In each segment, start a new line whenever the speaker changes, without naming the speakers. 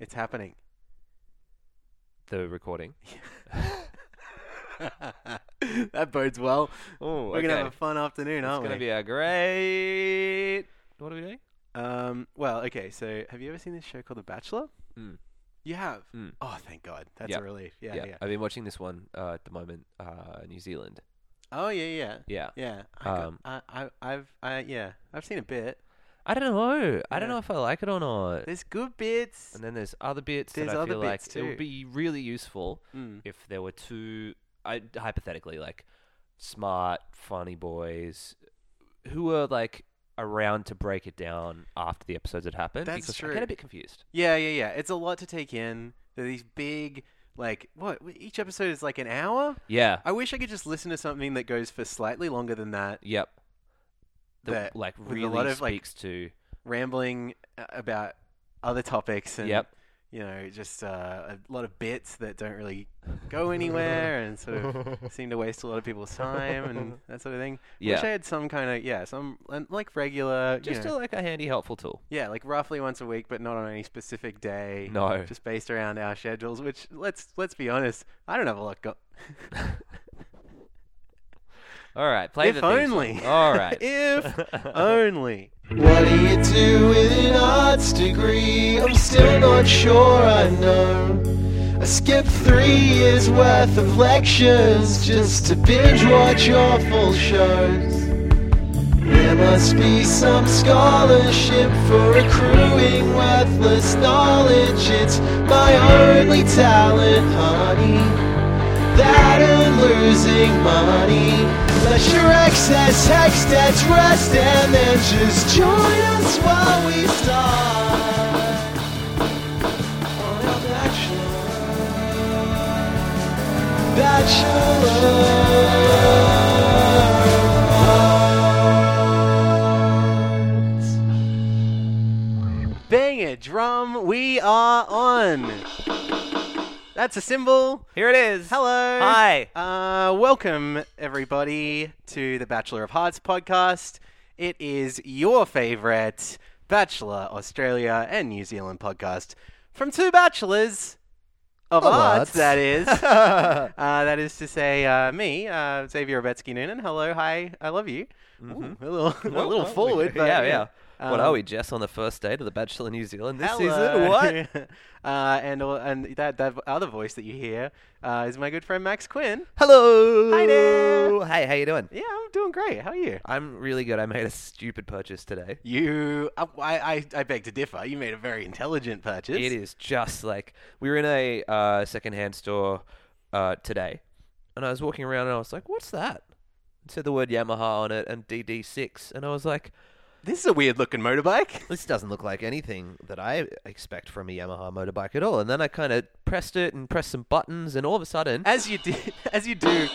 It's happening.
The recording.
that bodes well.
Oh,
We're gonna have a fun afternoon,
it's
aren't
gonna
we?
be a great. What are we doing?
um, well, okay. So, have you ever seen this show called The Bachelor?
Mm.
You have.
Mm.
Oh, thank God. That's
Yeah.
a relief. Yeah, yeah.
I've been watching this one uh, at the moment. Uh, New Zealand.
Oh, yeah, yeah,
Yeah.
yeah. I, got-
Um,
I, I, I've, I, yeah, I've seen a bit.
I don't know. I don't
Yeah.
know if I like it or not.
There's good bits.
And then there's other bits
There's
that I
other
feel like
bits
it would
too.
be really useful
Mm.
if there were two, I, hypothetically, like smart, funny boys who were like around to break it down after the episodes had happened.
That's
because I
true.
get a bit confused.
Yeah, yeah, yeah. It's a lot to take in. There are these big, like, what? Each episode is like an hour.
Yeah.
I wish I could just listen to something that goes for slightly longer than that.
Yep. That
That
like
with a
really
lot of, like,
speaks to
rambling a- about other topics and
Yep.
you know just uh, a lot of bits that don't really go anywhere and sort of seem to waste a lot of people's time and that sort of thing. Wish I
yeah,
had some kind of yeah, some and, like regular, you
just
know,
a, like a handy helpful tool.
yeah, like roughly once a week, but not on any specific day.
No,
Just based around our schedules, which let's let's be honest, I don't have a lot. Go-
all right, play
if
the theme song.
only.
All right,
if only.
What do you do with an arts degree? I'm still not sure I know. I skipped three years worth of lectures just to binge watch awful shows. There must be some scholarship for accruing worthless knowledge. It's my only talent, honey that and losing money. Pleasure, excess, excess, rest, and then just join us while we start. On our bachelor. Bachelor.
Bang it, drum, we are on. That's a symbol.
here it is.
Hello.
Hi.
Uh, welcome, everybody, to the Bachelor of Hearts podcast. It is your favorite Bachelor Australia and New Zealand podcast from two bachelors of
Of
arts,
arts.
that is. uh, that is to say, uh, me, uh, Xavier Obetsky Noonan. Hello, hi, I love you. Ooh, a little, a
Mm-hmm. Well,
little
well, we-
forward, but
yeah, yeah. what
Um,
are we, Jess, on the first date of the Bachelor in New Zealand this
Hello.
season? What?
uh, and all- and that that other voice that you hear uh, is my good friend Max Quinn.
Hello.
Hi there.
Hey, how you doing?
Yeah, I'm doing great. How are you?
I'm really good. I made a stupid purchase today.
You, I, I, I beg to differ. You made a very intelligent purchase.
It is just like we were in a uh, secondhand store uh, today, and I was walking around and I was like, "What's that?" It said the word Yamaha on it and DD6, and I was like,
This is a weird looking motorbike.
"This doesn't look like anything that I expect from a Yamaha motorbike at all." And then I kind of pressed it and pressed some buttons, and all of a sudden,
As you do, as you do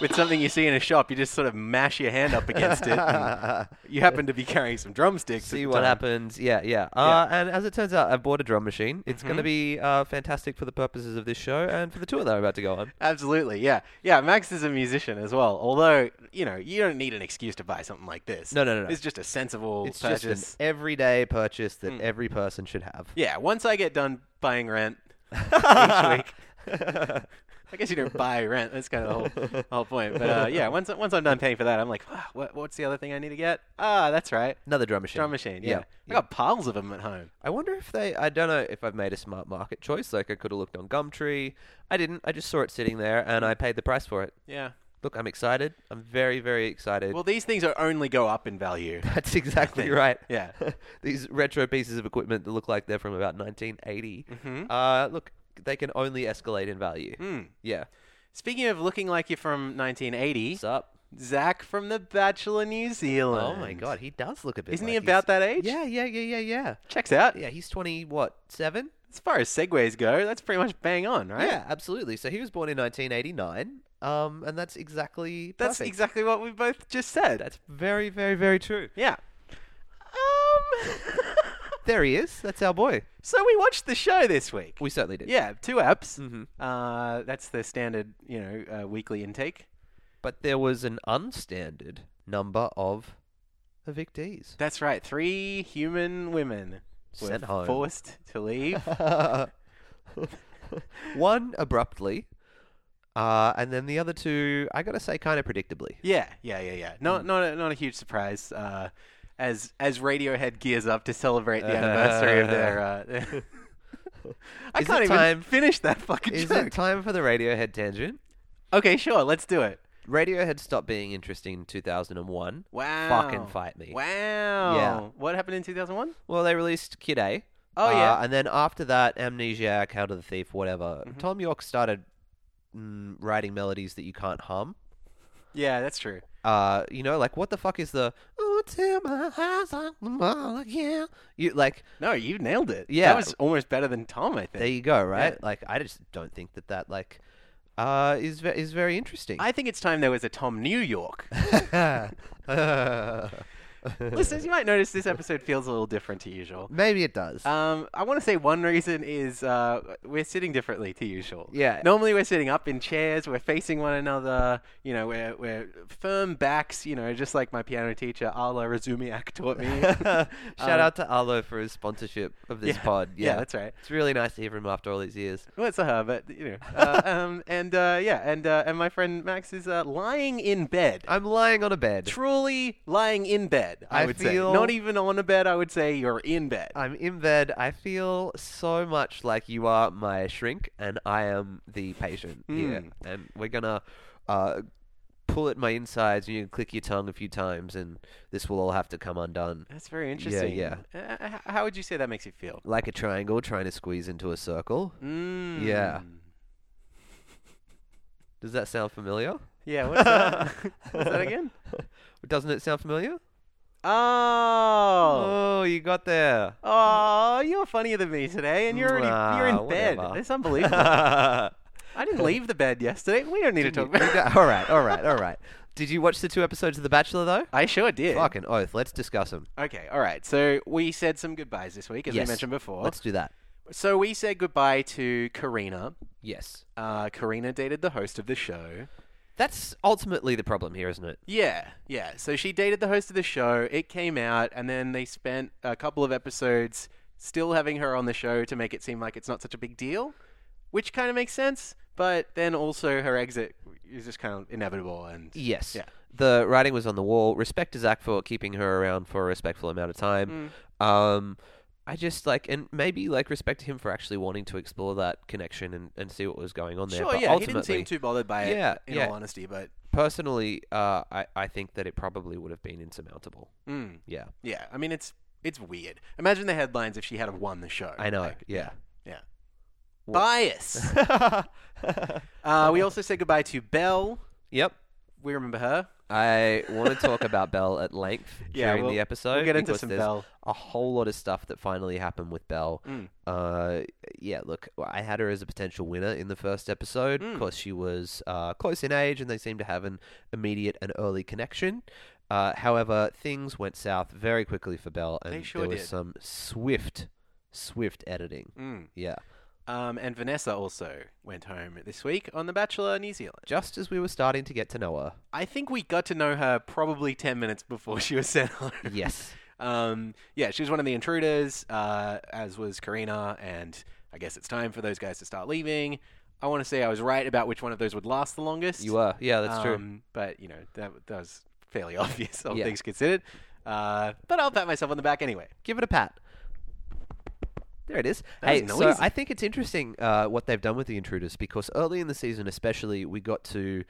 with something you see in a shop, you just sort of mash your hand up against it. and you happen to be carrying some drumsticks.
see
at the
what
time.
happens. Yeah, yeah. Uh, And as it turns out, I bought a drum machine. It's going to be uh, fantastic for the purposes of this show and for the tour that I'm about to go on.
Absolutely, yeah, yeah. Max is a musician as well. Although you know, you don't need an excuse to buy something like this.
No, no, no, no.
It's just a sensible
It's
purchase.
just an everyday purchase that every person should have.
Yeah, once I get done buying rent each week. I guess you don't buy rent. That's kind of the whole, the whole point. But uh, yeah, once once I'm done paying for that, I'm like, "Ah, what, what's the other thing I need to get? Ah, that's right,
Another drum machine.
drum machine. Yeah, I
yeah. Oh,
got piles of them at home.
I wonder if they. I don't know if I've made a smart market choice. Like I could have looked on Gumtree. I didn't. I just saw it sitting there and I paid the price for it.
Yeah.
Look, I'm excited. I'm very, very excited.
Well, these things are only go up in value.
that's exactly right.
Yeah.
These retro pieces of equipment that look like they're from about 1980. Uh, look, they can only escalate in value. Yeah.
Speaking of looking like you're from 1980,
What's up?
Zach from The Bachelor New Zealand.
Oh my God, he does look a bit.
Isn't he
like
about
he's-
that age?
Yeah, yeah, yeah, yeah, yeah.
Checks out.
Yeah, he's 20. What? Seven?
As far as segues go, that's pretty much bang on, right?
Yeah, absolutely. So he was born in 1989, um, and that's exactly
That's
perfect.
exactly what we both just said.
That's very, very, very true.
yeah. Um.
There he is. That's our boy.
so we watched the show this week.
We certainly did.
yeah, two apps.
Mhm.
Uh, that's the standard, you know, uh, weekly intake.
But there was an unstandard number of evictees.
That's right. Three human women were
Sent home.
forced to leave.
One abruptly, uh, and then the other two, I gotta say, kind of predictably.
yeah, yeah, yeah, yeah.
Mm.
Not not a, not a huge surprise. Uh, as as Radiohead gears up to celebrate the anniversary of their. Uh, I
Is
can't
it
even
time-
finish that fucking
Is
joke.
it time for the Radiohead tangent?
okay, sure, let's do it.
Radiohead stopped being interesting in 2001.
Wow.
Fucking fight me.
Wow. What happened in 2001?
Well, they released Kid A.
Oh,
uh,
yeah.
And then after that, Amnesiac, How to the Thief, whatever. Tom York started mm, writing melodies that you can't hum.
Yeah, that's true.
Uh, you know, like what the fuck is the "Oh, to my house on the mall again"? You like,
No, you nailed it.
Yeah.
That was almost better than Tom, I
there
think.
you go, right? Like, I just don't think that that like uh is ve- is very interesting.
I think it's time there was a Tom New York. Listeners, you might notice this episode feels a little different to usual.
Maybe it does.
Um, I want to say one reason is uh, we're sitting differently to usual.
Yeah.
Normally we're sitting up in chairs, we're facing one another. You know, we're we're firm backs. You know, just like my piano teacher, Ala Razumiak, taught me.
Shout out to Arlo for his sponsorship of this
Yeah,
pod.
yeah,
Um, Yeah.
that's right.
It's really nice to hear from him after all these years.
Well, it's a her, but you know. Uh, um, and uh, yeah, and uh, and my friend Max is uh, lying in bed.
I'm lying on a bed.
truly lying in bed. I, Uh,
I
would say
feel-
not even on a bed. I would say you're in bed.
I'm in bed. I feel so much like you are my shrink and I am the patient here.
Mm.
And we're gonna uh, pull at my insides and you can click your tongue a few times and this will all have to come undone.
That's very interesting.
yeah.
Uh, h- how would you say that makes you feel?
Like a triangle trying to squeeze into a circle.
Mm.
Yeah. Does that sound familiar?
Yeah. What's that? what's that again?
Doesn't it sound familiar?
Oh.
Oh, you got there.
Oh, you're funnier than me today, and you're already you're in
Nah,
bed.
whatever.
It's unbelievable. I didn't leave the bed yesterday. We don't need to talk
Didn't you-
about.
all right, all right, all right. Did you watch the two episodes of The Bachelor though?
I sure did.
Fucking oath. Let's discuss them.
Okay, all right. So we said some goodbyes this week, as
Yes.
we mentioned before.
Let's do that.
So we said goodbye to Karina.
Yes.
Uh, Karina dated the host of the show.
That's ultimately the problem here, isn't it?
Yeah, yeah. So she dated the host of the show. It came out, and then they spent a couple of episodes still having her on the show to make it seem like it's not such a big deal, which kind of makes sense. But then also her exit is just kind of inevitable. And
Yes.
Yeah.
The writing was on the wall. Respect to Zach for keeping her around for a respectful amount of
Mm.
time. Um, I just like, and maybe like respect to him for actually wanting to explore that connection and, and see what was going on there.
sure,
but
yeah, he
ultimately,
didn't seem too bothered by it.
Yeah,
in
yeah.
all honesty, but
personally, uh, I, I think that it probably would have been insurmountable.
mm,
Yeah.
yeah, I mean it's it's weird. Imagine the headlines if she had have won the show.
I know.
Like,
yeah.
yeah.
Wha-
Bias. uh, we also said goodbye to Belle.
Yep.
We remember her.
I want to talk about Bell at length
Yeah,
during
we'll-
the
we'll
episode.
get into
because
some
there's
Belle. Mm.
A whole lot of stuff that finally happened with Bell. Uh, yeah, look, I had her as a potential winner in the first episode
Hmm.
because she was uh, close in age and they seemed to have an immediate and early connection. Uh, however, things went south very quickly for Bell, and
sure
there was
did.
some swift, swift editing.
Mm.
Yeah,
Um, and Vanessa also went home this week on The Bachelor New Zealand.
just as we were starting to get to know her.
I think we got to know her probably 10 minutes before she was sent home.
Yes.
Um, yeah, she was one of the intruders, uh, as was Karina, and I guess it's time for those guys to start leaving. I want to say I was right about which one of those would last the longest.
You were. Yeah, that's true.
Um, But, you know, that, that was fairly obvious, all
Yeah.
things considered. Uh, but I'll pat myself on the back anyway.
Give it a pat. There it is.
That was
hey,
noisy.
so I think it's interesting uh, what they've done with the intruders because early in the season, especially, we got to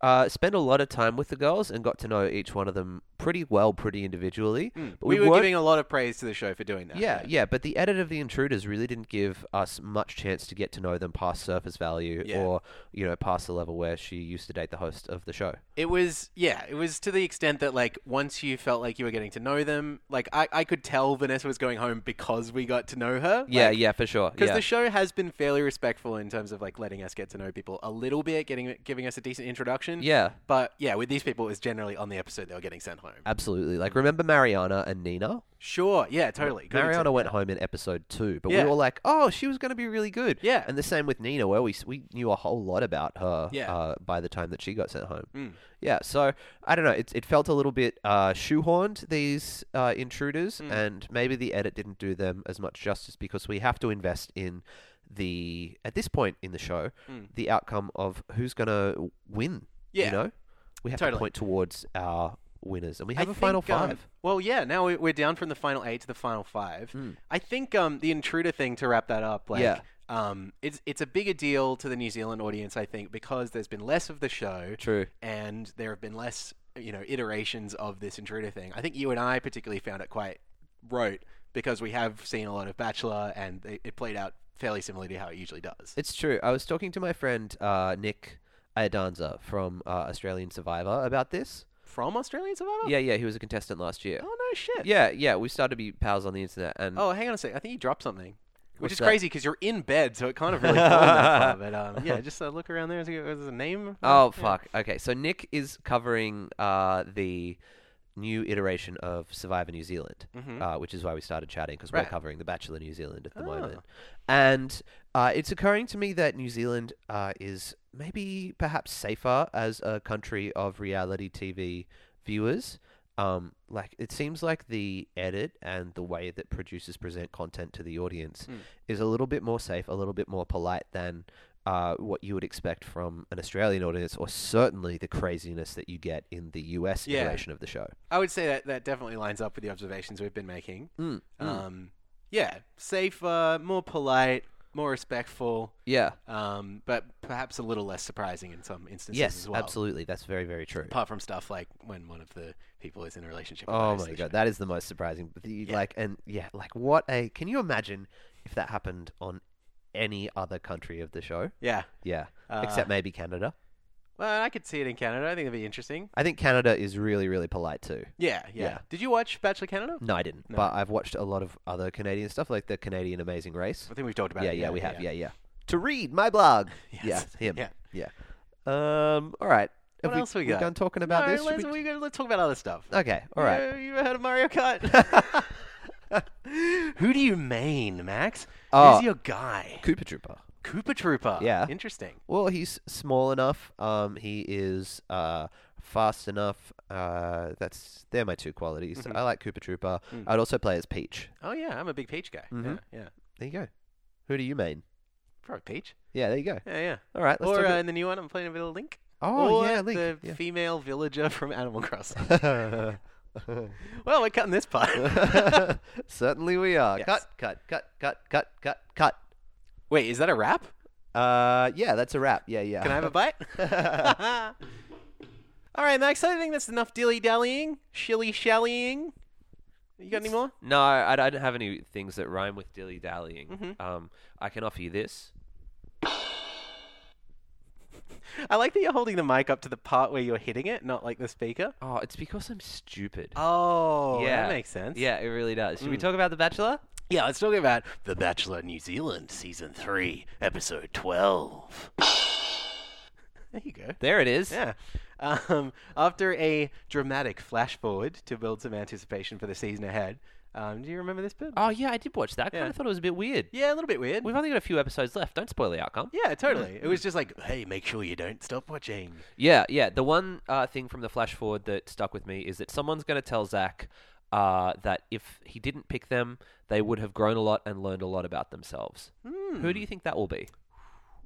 uh, spend a lot of time with the girls and got to know each one of them pretty well, pretty individually. But
Hmm. We, were
weren't-
giving a lot of praise to the show for doing that.
yeah, yeah, but the edit of the intruders really didn't give us much chance to get to know them past surface value
Yeah.
or you know past the level where she used to date the host of the show.
It was yeah, it was to the extent that like once you felt like you were getting to know them, like I, I could tell Vanessa was going home because we got to know her.
yeah, yeah, for sure.
Because
yeah.
the show has been fairly respectful in terms of like letting us get to know people a little bit, getting giving us a decent production.
Yeah.
But yeah, with these people, it was generally on the episode they were getting sent home.
Absolutely. Like, remember Mariana and Nina?
Sure. Yeah, totally. Good
Mariana
example.
went home in episode two, but
Yeah.
we were all like, "Oh, she was going to be really good."
Yeah.
And the same with Nina, where we s- we knew a whole lot about her.
Yeah.
Uh, by the time that she got sent home.
Mm.
Yeah. So I don't know. It it felt a little bit uh, shoehorned these uh, intruders,
Mm.
and maybe the edit didn't do them as much justice because we have to invest in the at this point in the show
Mm.
the outcome of who's going to win.
Yeah.
You know, we have
Totally.
to point towards our winners, and we
I
have a final
think, um,
five.
well, yeah. Now we- we're down from the final eight to the final five.
Mm.
I think um, the intruder thing to wrap that up. Like,
Yeah.
Um, it's it's a bigger deal to the New Zealand audience, I think, because there's been less of the show,
True.
and there have been less, you know, iterations of this intruder thing. I think you and I particularly found it quite rote because we have seen a lot of Bachelor, and it, it played out fairly similarly to how it usually does.
It's true. I was talking to my friend uh, Nick Iadanza from uh, Australian Survivor about this.
From Australian Survivor.
Yeah, yeah, he was a contestant last year.
Oh no shit.
Yeah, yeah, we started to be pals on the internet, and
Oh, hang on a sec. I think you dropped something. Which
Mm-hmm. What's
is
that?
crazy because you're in bed, so it kind of really fallen that far. But um, yeah, just uh, look around there. Is there a name?
Oh,
Yeah.
fuck. Okay, so Nick is covering uh, the new iteration of Survivor New Zealand,
Mhm.
uh, which is why we started chatting because
Right.
we're covering The Bachelor New Zealand at the
Ah.
moment. And uh, it's occurring to me that New Zealand uh, is maybe perhaps safer as a country of reality TV viewers. Um, like it seems like the edit and the way that producers present content to the audience
Mm.
is a little bit more safe, a little bit more polite than uh, what you would expect from an Australian audience, or certainly the craziness that you get in the US
Yeah.
iteration of the show.
I would say that that definitely lines up with the observations we've been making.
Mm, mm.
Um, yeah, safer, more polite, more respectful,
yeah.
um, but perhaps a little less surprising in some instances
Yes,
as well.
absolutely. That's very, very true.
Apart from stuff like when one of the people is in a relationship. with the
Oh
host of
my
the
god,
show.
that is the most surprising. But the-
Yeah.
Like, and yeah, like what a. Can you imagine if that happened on any other country of the show?
Yeah.
Yeah,
Uh,
except maybe Canada.
Well, I could see it in Canada. I think it'd be interesting.
I think Canada is really, really polite too.
Yeah, yeah.
Yeah.
Did you watch Bachelor Canada?
No, I didn't,
No.
but I've watched a lot of other Canadian stuff, like the Canadian Amazing Race.
I think we've talked about
Yeah,
it.
yeah, we have. Yeah, yeah. To read my blog.
Yes.
Yeah, him.
Yeah.
Yeah. Um. All right. Have
What else we
we
got?
done talking about
All right,
this? Should
let's,
we-
we gotta- let's talk about other stuff.
Okay. All right.
You, you heard of Mario Kart? Who do you main, Max?
Oh.
Who's your guy?
Cooper Trooper.
Koopa Trooper.
Yeah.
Interesting.
Well, he's small enough. Um, he is uh, fast enough. Uh, that's they're my two qualities.
Mm-hmm.
I like Cooper Trooper.
Mm.
I'd also play as Peach.
Oh yeah, I'm a big Peach guy.
Mhm.
Yeah, yeah.
There you go. Who do you mean?
Probably Peach.
Yeah, there you go.
Yeah, yeah.
All right, let's
or
talk.
uh,
about-
in the new one, I'm playing a bit of Link.
oh
or
yeah,
the
Link.
female villager from Animal Crossing.
Yeah.
well, we're cutting this part.
Certainly we are.
Yes.
Cut, cut, cut, cut, cut, cut, cut.
Wait, is that a wrap?
Uh, yeah, that's a wrap. Yeah, yeah.
Can I have a bite? All right, Max. I think that's enough dilly dallying, shilly shallying. You got any more?
No, I, I don't have any things that rhyme with dilly dallying.
Mhm.
Um, I can offer you this.
I like that you're holding the mic up to the part where you're hitting it, not like the speaker.
Oh, it's because I'm stupid.
Oh,
yeah,
that makes sense.
Yeah, it really does. Should we
Mm.
talk about The Bachelor?
yeah. Let's talk about The Bachelor New Zealand season three, episode twelve. there you go.
There it is.
Yeah. Um, after a dramatic flash forward to build some anticipation for the season ahead, um, do you remember this bit?
Oh yeah, I did watch that. I kind
Yeah.
of thought it was a bit weird.
yeah, a little bit weird.
We've only got a few episodes left. Don't spoil the outcome.
Yeah, totally. It was just like, hey, make sure you don't stop watching.
Yeah, yeah. The one uh, thing from the flash forward that stuck with me is that someone's going to tell Zach uh, that if he didn't pick them, they would have grown a lot and learned a lot about themselves. Who
Hmm.
do you think that will be?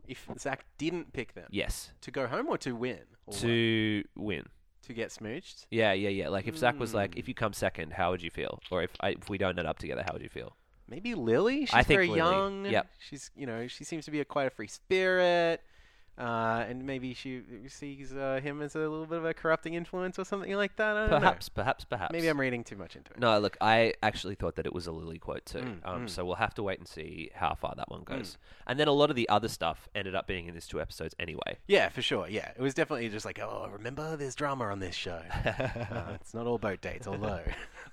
If Zach didn't pick them
Yes,
to go home or to win, or what?
to win.
to get smooched.
Yeah, yeah, yeah. Like if Zach was like,
Mm.
"If you come second, how would you feel?" Or if I, if we don't end up together, how would you feel?
Maybe Lily. She's
think
very
Lily.
young.
Yep.
She's you know she seems to be a quite a free spirit, uh, and maybe she sees uh, him as a little bit of a corrupting influence or something like that. I don't know.
Perhaps, perhaps, perhaps.
Maybe I'm reading too much into it.
No, look, I actually thought that it was a Lily quote too.
Mm,
um,
mm.
So we'll have to wait and see how far that one goes. And then a lot of the other stuff ended up being in these two episodes anyway.
Yeah, for sure. Yeah, it was definitely just like, oh, remember there's drama on this show. Uh, it's not all boat dates, although.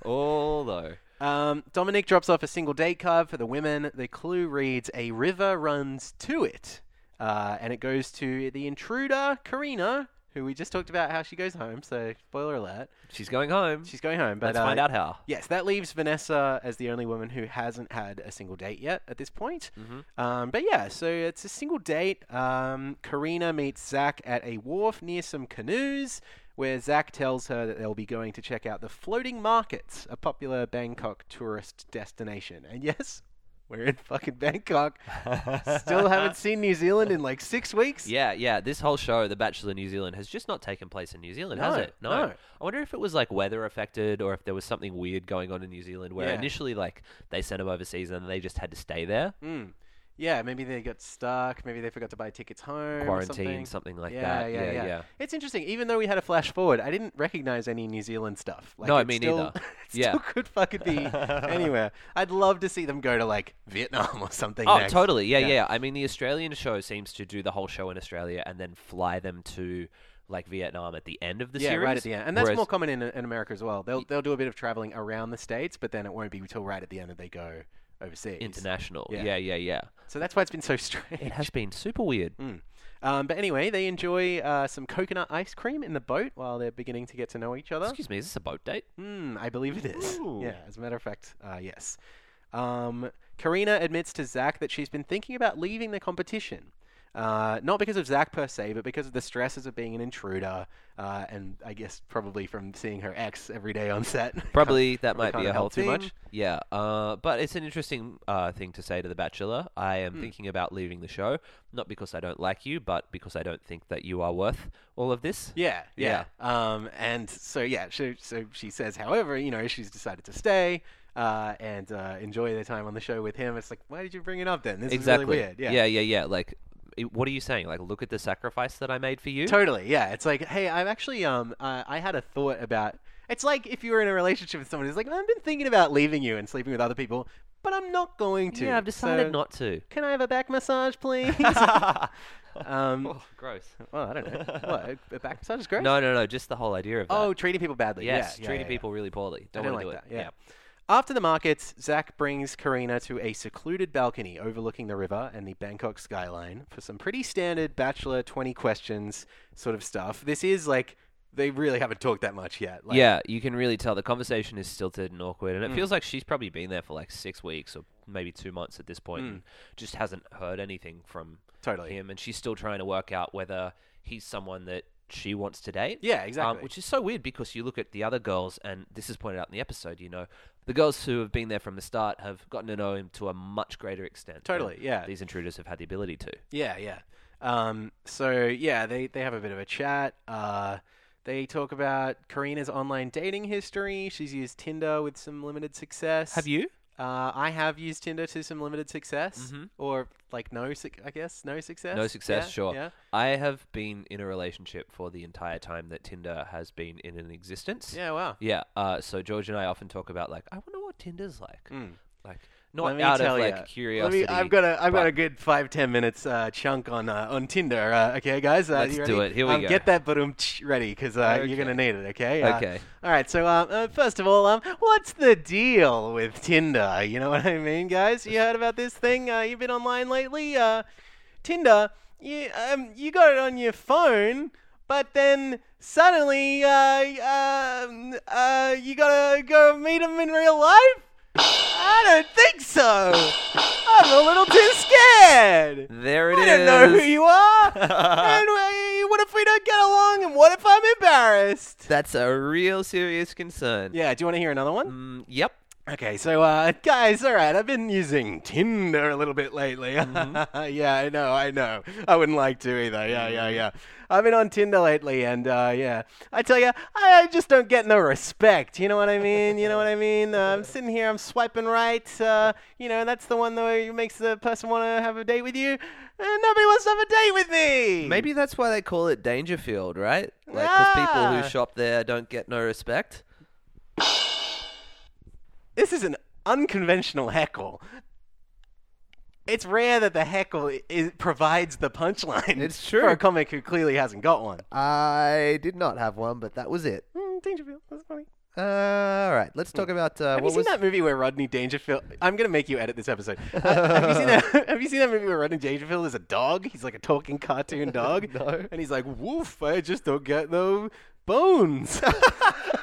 Although,
Um, Dominic drops off a single date card for the women. The clue reads, "A river runs to it," uh, and it goes to the intruder, Karina, who we just talked about how she goes home. So spoiler alert,
She's going home.
she's going home. But
Let's
uh,
find out how.
Yes, that leaves Vanessa as the only woman who hasn't had a single date yet at this point.
Mhm.
Um, but yeah, so it's a single date. Um, Karina meets Zach at a wharf near some canoes, where Zach tells her that they'll be going to check out the floating markets, a popular Bangkok tourist destination. And yes, we're in fucking Bangkok. Still haven't seen New Zealand in like six weeks.
Yeah, yeah. This whole show, The Bachelor New Zealand, has just not taken place in New Zealand, has
No,
it? No.
no.
I wonder if it was like weather affected or if there was something weird going on in New Zealand where
Yeah.
initially like they sent them overseas and they just had to stay there,
Mm. Yeah, maybe they got stuck. Maybe they forgot to buy tickets home.
quarantine,
or
something,
something.
like
yeah,
that.
Yeah, yeah, It's interesting. Even though we had a flash forward, I didn't recognize any New Zealand stuff. Like,
No,
it
me
still,
neither.
it
Yeah.
still could fucking be anywhere. I'd love to see them go to like Vietnam or something.
Oh,
next.
totally. Yeah,
Yeah.
yeah, I mean, the Australian show seems to do the whole show in Australia and then fly them to like Vietnam at the end of the
yeah,
series.
right at the end, and that's
whereas-
more common in, in America as well. They'll they'll do a bit of traveling around the states, but then it won't be until right at the end that they go overseas.
International.
Yeah.
Yeah, yeah, yeah.
So that's why it's been so strange.
It has been super weird.
Um, but anyway, they enjoy uh, some coconut ice cream in the boat while they're beginning to get to know each other.
Excuse me, is this a boat date?
Hmm, I believe it is.
Ooh.
Yeah, as a matter of fact, uh, yes. Um, Karina admits to Zach that she's been thinking about leaving the competition. Uh, not because of Zach per se, but because of the stresses of being an intruder, uh, and I guess probably from seeing her ex every day on set.
Probably that might
can't
be a whole
help too
thing.
much.
Yeah, uh, but it's an interesting uh, thing to say to The Bachelor. I am
Mm.
thinking about leaving the show, not because I don't like you, but because I don't think that you are worth all of this.
Yeah, yeah. Um, and so yeah, so, so she says, however, you know, she's decided to stay uh, and uh, enjoy their time on the show with him. It's like, why did you bring it up then? This
exactly.
is really weird.
yeah, yeah, yeah. Like, it- what are you saying? Like, look at the sacrifice that I made for you.
Totally, yeah. It's like, hey, I'm actually, um, uh, I had a thought about. It's like if you were in a relationship with someone who's like, I've been thinking about leaving you and sleeping with other people, but I'm not going to.
yeah, I've decided
so
not to.
Can I have a back massage, please? um,
Oh, gross.
well, I don't know. What a- a back massage is great.
No, no, no. Just the whole idea of that.
Oh, treating people badly.
yes,
yeah, yeah,
treating
yeah, yeah.
people really poorly.
I
Don't,
don't
want
like
to do
that.
it.
Yeah. After the markets, Zach brings Karina to a secluded balcony overlooking the river and the Bangkok skyline for some pretty standard Bachelor 20 questions sort of stuff. This is like, they really haven't talked that much yet. Like, Hmm.
yeah, you can really tell the conversation is stilted and awkward, and it feels like she's probably been there for like six weeks or maybe two months at this point,
Hmm.
and just hasn't heard anything from
Totally.
him, and she's still trying to work out whether he's someone that she wants to date. Um,
Yeah, exactly.
which is so weird because you look at the other girls, and this is pointed out in the episode. You know, the girls who have been there from the start have gotten to know him to a much greater extent. than
Totally, yeah.
These intruders have had the ability to.
Yeah, yeah. Um, so yeah, they they have a bit of a chat. Uh, they talk about Karina's online dating history. She's used Tinder with some limited success.
you?
Uh, I have used Tinder to some limited success, or like no, suc I guess no success.
Mm-hmm. No success,
Yeah,
sure.
Yeah,
I have been in a relationship for the entire time that Tinder has been in an existence.
yeah. Wow.
Yeah. Uh, so George and I often talk about like, I wonder what Tinder's like.
Hmm.
Like,
Mm. Let
not
me
out
tell
of
ya.
like
Let me-
curiosity.
I've got a I've got
but-
a good five ten minutes uh, chunk on uh, on Tinder. Uh, okay, guys, uh,
Let's
you
do
ready?
it. Here we
um,
go.
Get that boom ready because uh, you're gonna need it. Okay. Uh,
Okay.
All right. So um, uh, first of all, um, what's the deal with Tinder? You know what I mean, guys? You heard about this thing? Uh, you've been online lately. Uh, Tinder. You um you got it on your phone. But then suddenly, uh, um, uh, you gotta go meet them in real life. I don't think so. I'm a little too scared.
There it
I
is.
don't know who you are. and uh, what if we don't get along? And what if I'm embarrassed?
That's a real serious concern.
Yeah, do you want to hear another one?
Mm, yep.
Okay, so uh, guys, all right, I've been using Tinder a little bit lately. yeah, I know, I know. I wouldn't like to either. Yeah, yeah, yeah. I've been on Tinder lately, and uh, yeah, I tell you, I, I just don't get no respect. You know what I mean? You know what I mean? Uh, I'm sitting here, I'm swiping right. Uh, you know, that's the one that makes the person want to have a date with you. And nobody wants to have a date with me.
Maybe that's why they call it Dangerfield, right? Like, because people
Ah.
who shop there don't get no respect.
this is an unconventional heckle. It's rare that the heckle i- is, provides the punchline.
It's
for
true.
a comic who clearly hasn't got one.
I did not have one, but that was it.
Mm, Dangerfield, that's funny.
Uh, all right, let's talk about uh,
Have
what
you seen
was
that movie where Rodney Dangerfield? I'm gonna make you edit this episode. Uh, have you seen that? Have you seen that movie where Rodney Dangerfield is a dog? He's like a talking cartoon dog.
No.
And he's like, "Woof! I just don't get no bones."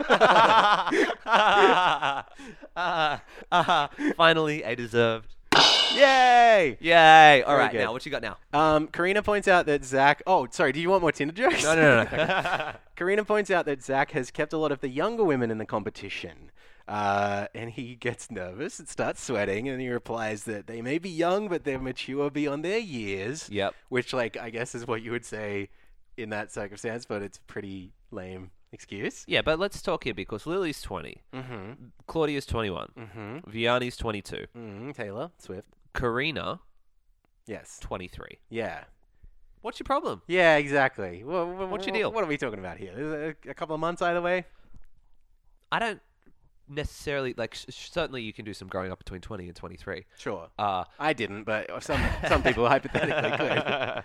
Ah, ah, finally, a deserved.
Yay!
Yay! All right,
good.
now what you got now?
Um, Karina points out that Zach. Oh, sorry. Do you want more Tinder jokes?
No, no, no, no.
Karina points out that Zach has kept a lot of the younger women in the competition. Uh, and he gets nervous and starts sweating, and he replies that they may be young, but they're mature beyond their years.
Yep.
Which, like, I guess is what you would say in that circumstance, but it's pretty lame excuse.
yeah, but let's talk here because Lily's twenty,
Mm-hmm.
Claudia's twenty-one,
Mm-hmm.
Vianney's twenty-two,
Mm-hmm. Taylor Swift.
Karina
Yes.
twenty-three.
Yeah.
What's your problem?
Yeah. Exactly. Wha- wha-
What's your
wha-
deal?
What are we talking about here? A, a couple of months either way.
I don't necessarily like. Sh- sh- certainly, you can do some growing up between twenty and twenty-three.
Sure.
Uh,
I didn't, but some some people hypothetically could.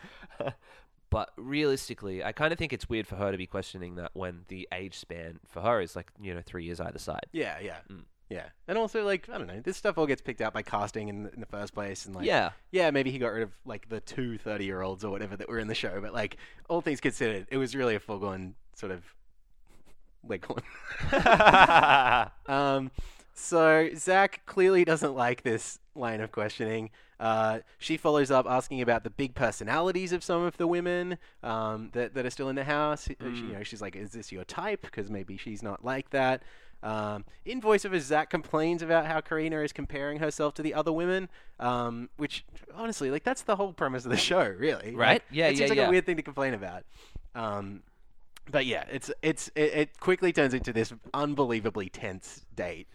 but realistically, I kind of think it's weird for her to be questioning that when the age span for her is like you know three years either side.
Yeah, yeah,
Mm.
yeah. And also, like, I don't know, this stuff all gets picked out by casting in the, in the first place, and like,
yeah,
yeah, maybe he got rid of like the two 30 year olds or whatever that were in the show, but like, all things considered, it was really a foregone sort of leghorn. um, so Zach clearly doesn't like this line of questioning. Uh, she follows up asking about the big personalities of some of the women um, that that are still in the house. Uh, She,
Hmm.
you know, she's like, "Is this your type?" Because maybe she's not like that. Um, in voiceover, Zach complains about how Karina is comparing herself to the other women, um, which honestly, like, that's the whole premise of the show, really.
Right?
Like,
Yeah,
It seems
yeah,
like
yeah.
a weird thing to complain about. Um, but yeah, it's it's it, it quickly turns into this unbelievably tense date.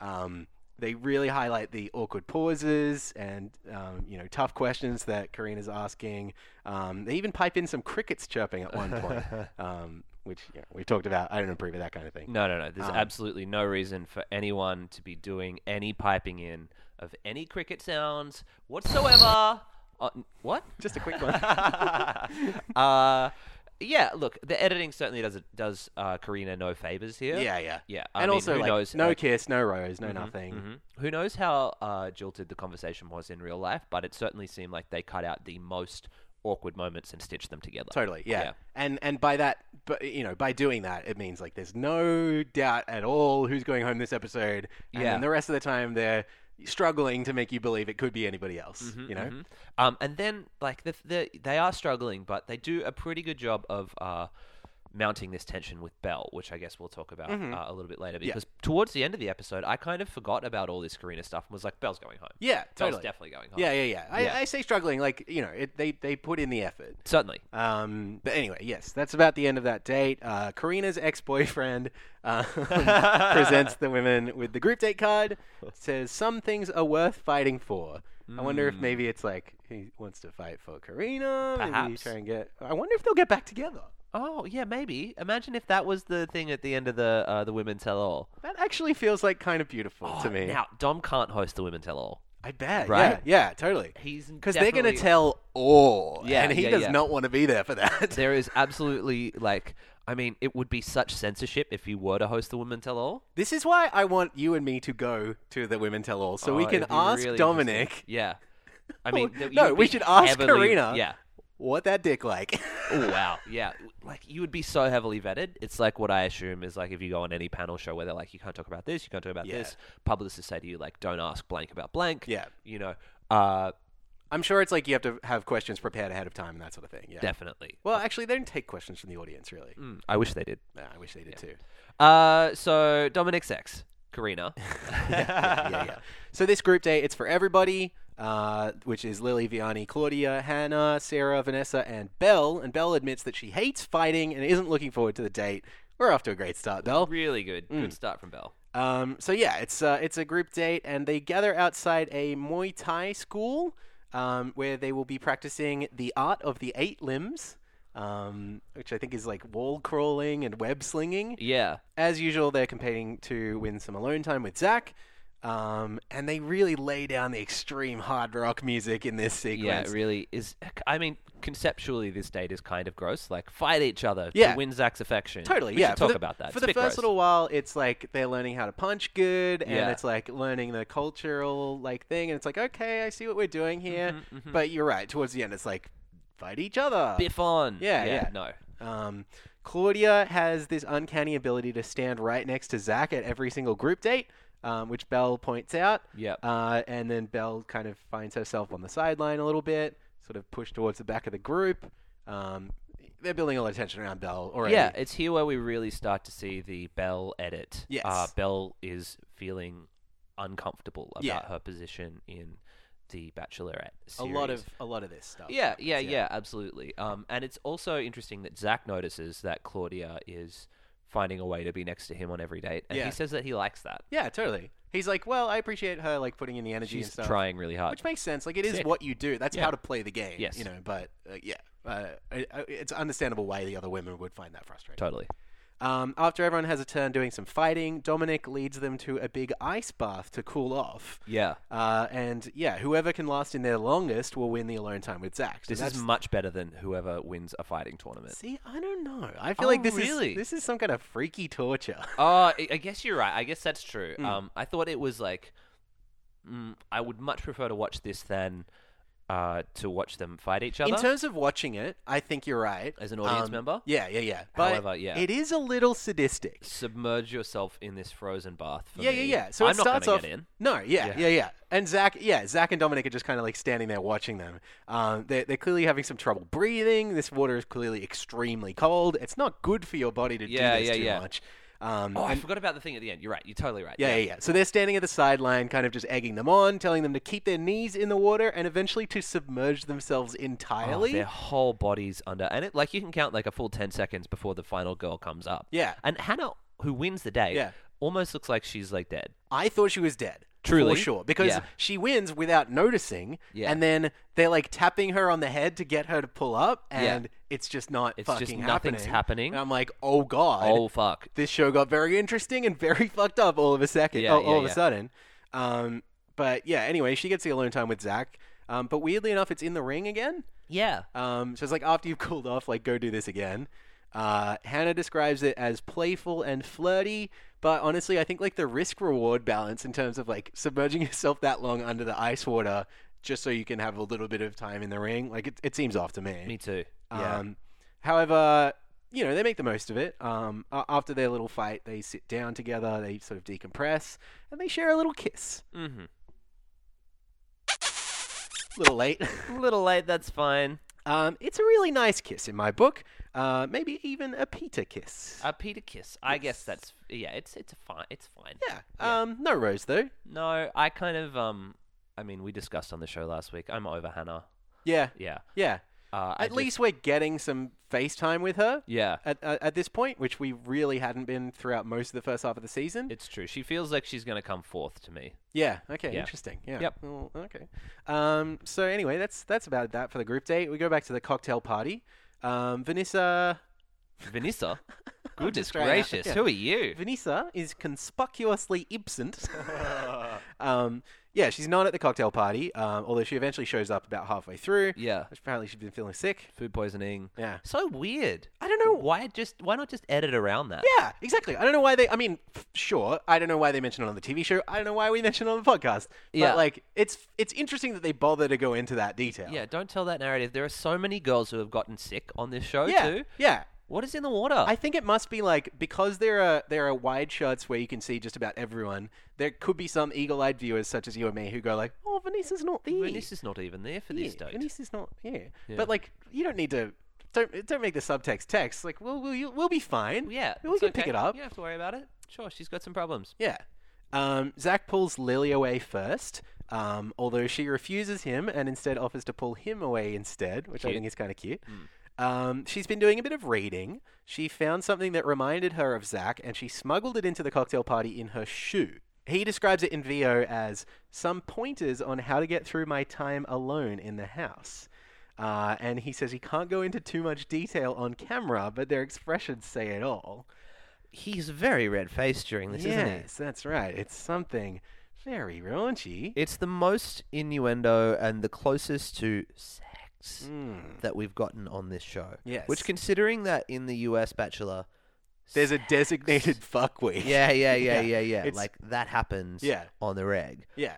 Um, they really highlight the awkward pauses and um, you know tough questions that Karina's asking. Um, they even pipe in some crickets chirping at one point, um, which you know, we talked about. I don't approve of that kind of thing.
No, no, no. There's
Um,
absolutely no reason for anyone to be doing any piping in of any cricket sounds whatsoever. Uh, n- what?
Just a quick one.
uh, yeah. Look, the editing certainly does does uh, Karina no favors here.
yeah, yeah,
yeah. I
And
mean,
also,
who
like,
knows?
no
like,
kiss, no rose, no nothing.
mhm. Who knows how uh, jilted the conversation was in real life? But it certainly seemed like they cut out the most awkward moments and stitched them together.
Totally, yeah.
Yeah.
And and by that, but you know, by doing that, it means like there's no doubt at all who's going home this episode. And
Yeah.
then the rest of the time they're struggling to make you believe it could be anybody else. you know,
Mhm. Um, and then like the, the they are struggling, but they do a pretty good job of uh, mounting this tension with Belle, which I guess we'll talk about
Mm-hmm.
uh, a little bit later. Because towards the end of the episode, I kind of forgot about all this Karina stuff and was like, Belle's going home.
yeah,
Belle's
totally,
Oh, definitely going home.
yeah, yeah, yeah. I,
Yeah.
I say struggling, like you know, it, they they put in the effort.
certainly.
Um, but anyway, yes, that's about the end of that date. Uh, Karina's ex-boyfriend uh, presents the women with the group date card. Says some things are worth fighting for. I wonder if maybe it's like he wants to fight for Karina. Maybe
Perhaps.
try and get. I wonder if they'll get back together.
Oh yeah, maybe. Imagine if that was the thing at the end of the uh, the women tell all. Oh,
That actually feels like kind of beautiful to me.
Now Dom can't host the women tell all.
I bet.
Right?
Yeah. Yeah. Totally.
He's
Because they're going to
definitely-
tell all.
Yeah,
And he
yeah,
does
yeah.
not want to be there for that.
There is absolutely like. I mean, it would be such censorship if you were to host the women tell all.
This is why I want you and me to go to the women tell all so we
Oh,
can
it'd be
ask
really
Dominic Oh,
interesting. Yeah. I mean, th- you
no,
would
we
be
should ask
heavily-
Karina.
Yeah.
what that dick like.
Oh wow. Yeah. Like you would be so heavily vetted. It's like what I assume is like if you go on any panel show where they're like, you can't talk about this, you can't talk about
Yeah.
this. Publicists say to you like, don't ask blank about blank.
Yeah.
You know. Uh,
I'm sure it's like you have to have questions prepared ahead of time and that sort of thing. Yeah.
definitely.
Well, actually, they don't take questions from the audience, really.
Mm, I wish they did.
Nah, I wish they did too.
Uh, so Dominic's ex, Karina.
yeah, yeah, yeah. So this group day, it's for everybody, uh, which is Lily, Vianney, Claudia, Hannah, Sarah, Vanessa, and Belle. And Belle admits that she hates fighting and isn't looking forward to the date. We're off to a great start, Belle.
really good.
Mm.
Good start from Bell.
Um, so yeah, it's uh, it's a group date, and they gather outside a Muay Thai school um, where they will be practicing the art of the eight limbs, um, which I think is like wall crawling and web slinging.
Yeah.
As usual, they're competing to win some alone time with Zach. Um, and they really lay down the extreme hard rock music in this
Yeah,
sequence.
it really is. I mean, conceptually, this date is kind of gross. Like, fight each other
Yeah.
to win Zach's affection.
Totally,
We
yeah.
should
for
talk
the-
about that.
For
It's
the
a bit
first
gross.
little while, it's like they're learning how to punch good, and
Yeah.
it's like learning the cultural like thing, and it's like okay, I see what we're doing
Mm-hmm,
here. But you're right. Towards the end, it's like fight each other.
biff on.
uh, Yeah, yeah.
No.
Um, Claudia has this uncanny ability to stand right next to Zach at every single group date, um, which Belle points out.
Yep.
Uh, and then Belle kind of finds herself on the sideline a little bit, sort of pushed towards the back of the group. Um, they're building a lot of tension around Belle already.
Yeah, it's here where we really start to see the Bell edit.
Yes.
Uh, Bell is feeling uncomfortable about
Yeah.
her position in the Bachelorette
a
series.
lot of a lot of this stuff.
Yeah, yeah,
happens,
yeah, absolutely. Um, and it's also interesting that Zach notices that Claudia is finding a way to be next to him on every date, and
Yeah.
he says that he likes that.
yeah, totally. He's like, well, I appreciate her like putting in the energy and
She's
stuff,
trying really hard.
which makes sense. Like, it is
Sick.
what you do. That's
Yeah.
how to play the game.
Yes.
you know. But uh, yeah, uh, I, I, it's understandable why the other women would find that frustrating.
totally.
Um, after everyone has a turn doing some fighting, Dominic leads them to a big ice bath to cool off.
Yeah.
Uh, and yeah, whoever can last in there longest will win the alone time with Zach. So
This
that's-
is much better than whoever wins a fighting tournament.
see, I don't know. I feel
Oh,
like this
really?
is this is some kind of freaky torture.
Oh, I I guess you're right. I guess that's true.
Hmm.
Um, I thought it was like, mm, I would much prefer to watch this than uh, to watch them fight each other.
In terms of watching it, I think you're right.
As an audience
Um,
member?
Yeah, yeah, yeah. But
However, yeah.
it is a little sadistic.
Submerge yourself in this frozen bath. For
yeah,
me.
yeah, yeah. So
I'm
it starts
not gonna
off.
Get in.
No, yeah, yeah,
Yeah.
yeah, And Zach, yeah, Zach and Dominic are just kind of like standing there watching them. Um, they're, they're clearly having some trouble breathing. This water is clearly extremely cold. It's not good for your body to
Yeah,
do this
yeah,
too
yeah.
much. Um,
Oh, I
and-
forgot about the thing at the end. You're right. You're totally right.
yeah, yeah, yeah. So they're standing at the sideline, kind of just egging them on, telling them to keep their knees in the water and eventually to submerge themselves
Oh,
entirely.
their whole bodies under, and it like you can count like a full ten seconds before the final girl comes up.
Yeah.
and Hannah, who wins the day,
Yeah.
almost looks like she's like dead.
I thought she was dead.
Truly?
For sure. Because
Yeah.
she wins without noticing.
Yeah.
And then they're like tapping her on the head to get her to pull up. And it's just not
It's just
fucking
nothing's happening.
And I'm like, oh God.
Oh fuck!
This show got very interesting and very fucked up all of a second.
Yeah,
all, all
yeah,
of a
yeah.
sudden. Um, but yeah, anyway, she gets the alone time with Zach. Um, but weirdly enough, it's in the ring again.
Yeah,
Um, so it's like after you've cooled off, like go do this again. Uh, Hannah describes it as playful and flirty, but honestly, I think like the risk reward balance in terms of like submerging yourself that long under the ice water just so you can have a little bit of time in the ring, like it, it seems off to me.
me too. Yeah,
Um, however, you know, they make the most of it. Um, a- after their little fight, they sit down together, they sort of decompress, and they share a little kiss.
mm-hmm.
A little late.
a little late. That's fine.
um, it's a really nice kiss in my book. Uh, maybe even a Peter kiss.
A Peter kiss. I guess that's yeah. It's it's a fine. It's fine.
Yeah. Um, no rose though.
No, I kind of um. I mean, we discussed on the show last week. I'm over Hannah.
Yeah.
Yeah.
Yeah.
Uh, I
at
just-
least we're getting some FaceTime with her
Yeah.
at, at at this point, which we really hadn't been throughout most of the first half of the season.
It's true. She feels like she's gonna come fourth to me.
yeah. Okay.
Yeah.
Interesting. Yeah.
Yep.
Well, okay. Um, so anyway, that's that's about that for the group date. We go back to the cocktail party. Um, Vanessa
Vanessa. Goodness
trying out-
gracious.
yeah.
Who are you?
Vanessa is conspicuously absent. um, yeah, she's not at the cocktail party, um, although she eventually shows up about halfway through.
Yeah.
Which apparently she's been feeling sick.
Food poisoning.
Yeah.
So weird.
I don't know
Why just why not just edit around that?
Yeah, exactly. I don't know why they. I mean, f- sure, I don't know why they mentioned it on the TV show. I don't know why we mentioned it on the podcast. But
Yeah.
like it's it's interesting that they bother to go into that detail.
Yeah, don't tell that narrative. There are so many girls who have gotten sick on this show
yeah,
too.
yeah.
What is in the water?
I think it must be like because there are there are wide shots where you can see just about everyone. There could be some eagle-eyed viewers such as you and me who go like, "Oh, Vanessa's not there.
Vanessa's not even there for
yeah,
this date.
Vanessa's not here." But like, you don't need to. Don't don't make the subtext text. Like, we'll we'll, we'll be fine.
Yeah.
we
it's
can
okay.
pick it up.
You don't have to worry about it. Sure, she's got some problems.
Yeah. Um, Zach pulls Lily away first, um, although she refuses him and instead offers to pull him away instead, which I
Cute.
think is kind of cute. Um, she's been doing a bit of reading. She found something that reminded her of Zach and she smuggled it into the cocktail party in her shoe. He describes it in VO as some pointers on how to get through my time alone in the house. Uh, and he says he can't go into too much detail on camera, but their expressions say it all.
He's very red faced during this,
yes,
isn't he?
that's right. It's something Very raunchy.
It's the most innuendo and the closest to sex
Mm.
that we've gotten on this show.
Yes.
Which, considering that in the US Bachelor,
There's a designated fuck week.
yeah, yeah,
Yeah,
yeah, yeah, yeah,
it's-
like that happens
Yeah.
on the reg.
Yeah.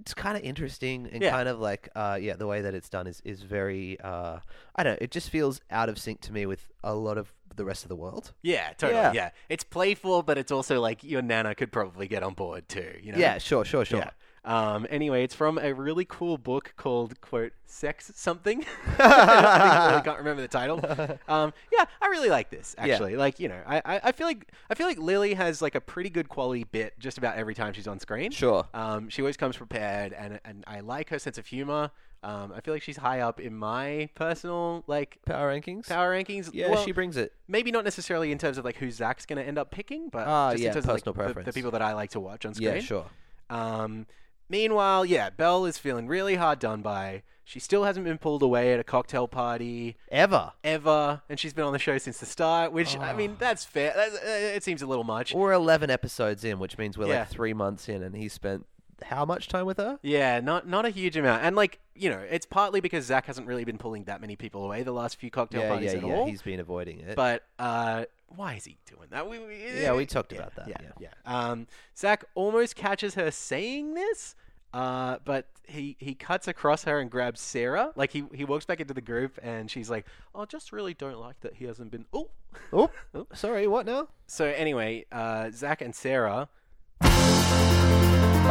It's kind of interesting and
Yeah.
kind of like, uh, yeah, the way that it's done is is very, uh, I don't know, it just feels out of sync to me with a lot of the rest of the world.
Yeah, totally.
Yeah.
Yeah. It's playful, but it's also like your nana could probably get on board too, you know?
Yeah, sure, sure, sure.
Yeah. Um, anyway, it's from a really cool book called "quote Sex Something." I really can't remember the title. Um, yeah, I really like this actually. Like you know, I, I I feel like I feel like Lily has like a pretty good quality bit just about every time she's on screen.
Sure.
Um, she always comes prepared, and and I like her sense of humor. Um, I feel like she's high up in my personal like
Power rankings?
power rankings.
yeah,
Well,
she brings it.
maybe not necessarily in terms of like who Zach's going to end up picking, but
Ah,
just
yeah,
in terms
personal
of like, the- the,
preference.
people that I like to watch on screen.
Yeah, sure.
Um, meanwhile, yeah, Belle is feeling really hard done by. She still hasn't been pulled away at a cocktail party
Ever.
ever, and she's been on the show since the start. Which I mean,
Ah.
that's fair. That's, uh, it seems a little much.
Or 11 episodes in, which means we're
Yeah.
like three months in, and he spent how much time with her?
Yeah, not not a huge amount, and like you know, it's partly because Zach hasn't really been pulling that many people away the last few cocktail
Yeah,
parties
yeah,
at
yeah.
all.
He's been avoiding it.
But uh, why is he doing that? We, we,
Yeah, we talked about that,
Yeah, yeah. Um, Zach almost catches her saying this, uh, but he he cuts across her and grabs Sarah. Like he he walks back into the group, and she's like, "Oh, "I just really don't like that he hasn't been." Oh,
oh, sorry, what now?
so anyway, uh, Zach and Sarah.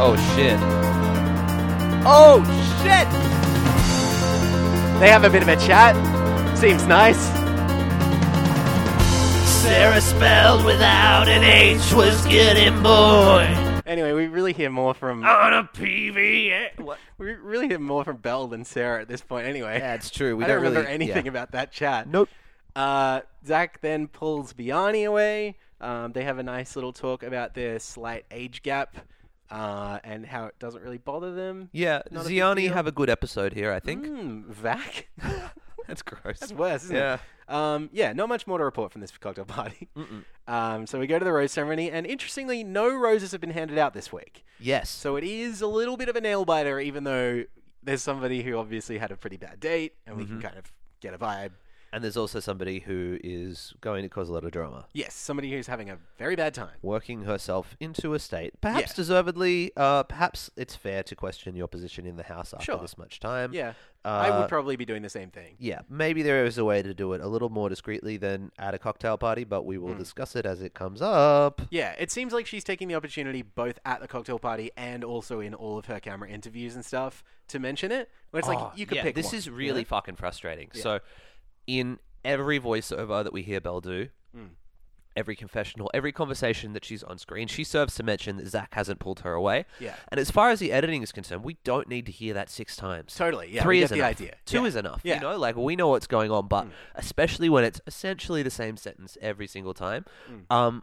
Oh shit.
Oh, shit!
They have a bit of a chat. Seems nice.
Sarah spelled without an H was getting bored.
Anyway, we really hear more from
On a PVA.
we really hear more from Belle than Sarah at this point. Anyway,
Yeah, it's true. We
I don't,
really-
remember anything
yeah.
about that chat.
Nope.
Uh, Zach then pulls Biani away. Um, they have a nice little talk about their slight age gap uh, and how it doesn't really bother them.
Yeah,
Not a big
Ziani
deal.
have a good episode here, I think.
Hmm, Vac?
That's gross.
That's worse, isn't
Yeah.
it? Um, yeah, not much more to report from this cocktail party. Um, so we go to the rose ceremony, and interestingly, no roses have been handed out this week.
Yes.
So it is a little bit of a nail biter, even though there's somebody who obviously had a pretty bad date, and we can kind of get a vibe.
and there's also somebody who is going to cause a lot of drama.
Yes, somebody who's having a very bad time.
Working herself into a state, perhaps
Yeah.
deservedly. Uh, perhaps it's fair to question your position in the house after
Sure.
this much time.
Yeah,
uh,
I would probably be doing the same thing.
yeah, maybe there is a way to do it a little more discreetly than at a cocktail party, but we
Hmm.
will discuss it as it comes up.
Yeah, it seems like she's taking the opportunity both at the cocktail party and also in all of her camera interviews and stuff to mention it. Where it's
Oh,
like you could
Ah, yeah,
pick.
this
one,
is
you know?
really fucking frustrating. So, in every voiceover that we hear Belle do,
Hmm.
every confessional, every conversation that she's on screen, she serves to mention that Zach hasn't pulled her away.
Yeah.
And as far as the editing is concerned, we don't need to hear that six times.
Totally, yeah,
Three
we
is
get the
enough.
idea.
Two
Yeah.
is enough.
Yeah. Mm.
You know, like we know what's going on, but especially when it's essentially the same sentence every single time.
Mm.
Um.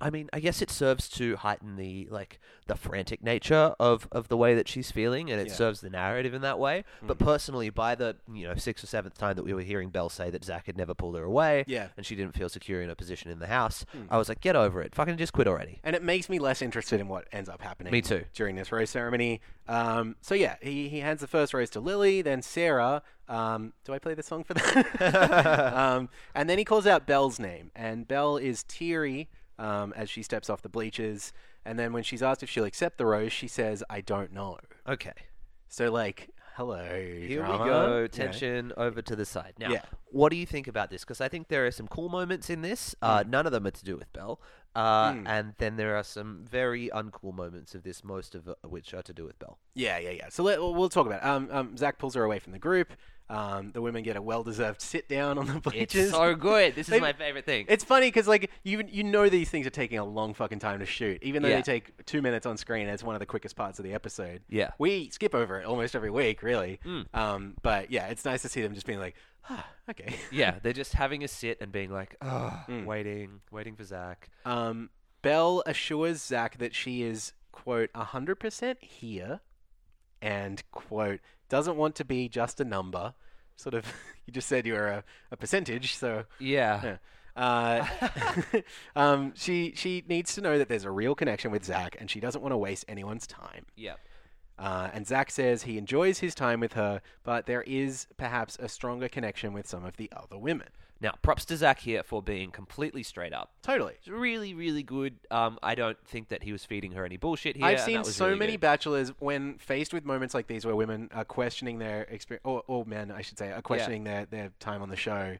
I mean, I guess it serves to heighten the like the frantic nature of, of the way that she's feeling, and it
Yeah. Mm-hmm.
serves the narrative in that way. But personally, by the you know sixth or seventh time that we were hearing Belle say that Zach had never pulled her away,
Yeah. Mm.
and she didn't feel secure in her position in the house, I was like, get over it, fucking just quit already.
and it makes me less interested in what ends up happening.
Me too.
During this rose ceremony. Um, so yeah, he, he hands the first rose to Lily, then Sarah. Um, do I play the song for that? um, and then he calls out Belle's name, and Belle is teary um, as she steps off the bleachers. And then when she's asked if she'll accept the rose, she says, "I don't know."
Okay.
So like, hello.
Here
drama.
we go.
You know?
Tension over to the side. Now,
Yeah.
what do you think about this? Because I think there are some cool moments in this. Uh, None of them are to do with Belle. Uh, And then there are some very uncool moments of this, most of uh, which are to do with Belle.
Yeah, yeah, yeah. So let, we'll we'll talk about it. Um, um, Zach pulls her away from the group. Um, the women get a well-deserved sit down on the bleachers.
good. This
They- my
favorite thing.
It's funny because like you you know these things are taking a long fucking time to shoot, even though
Yeah.
they take two minutes on screen. It's one of the quickest parts of the episode.
Yeah.
we skip over it almost every week, really.
Mm.
Um, but yeah, it's nice to see them just being like, ah, okay.
yeah, they're just having a sit and being like,
"Ah,
oh,
Mm.
waiting, waiting for Zach.
Um, Belle assures Zach that she is quote hundred percent here, and quote doesn't want to be just a number. Sort of, you just said you were a, a percentage, so
Yeah.
Yeah. Uh, um, she she needs to know that there's a real connection with Zach, and she doesn't want to waste anyone's time.
Yeah.
Uh, and Zach says he enjoys his time with her, but there is perhaps a stronger connection with some of the other women.
Now, props to Zach here for being completely straight up.
Totally.
It's really, really good. Um, I don't think that he was feeding her any bullshit here.
I've
and
seen
that was
so
really
many
good.
bachelors when faced with moments like these where women are questioning their experience, or, or men, I should say, are questioning their, their time on the show.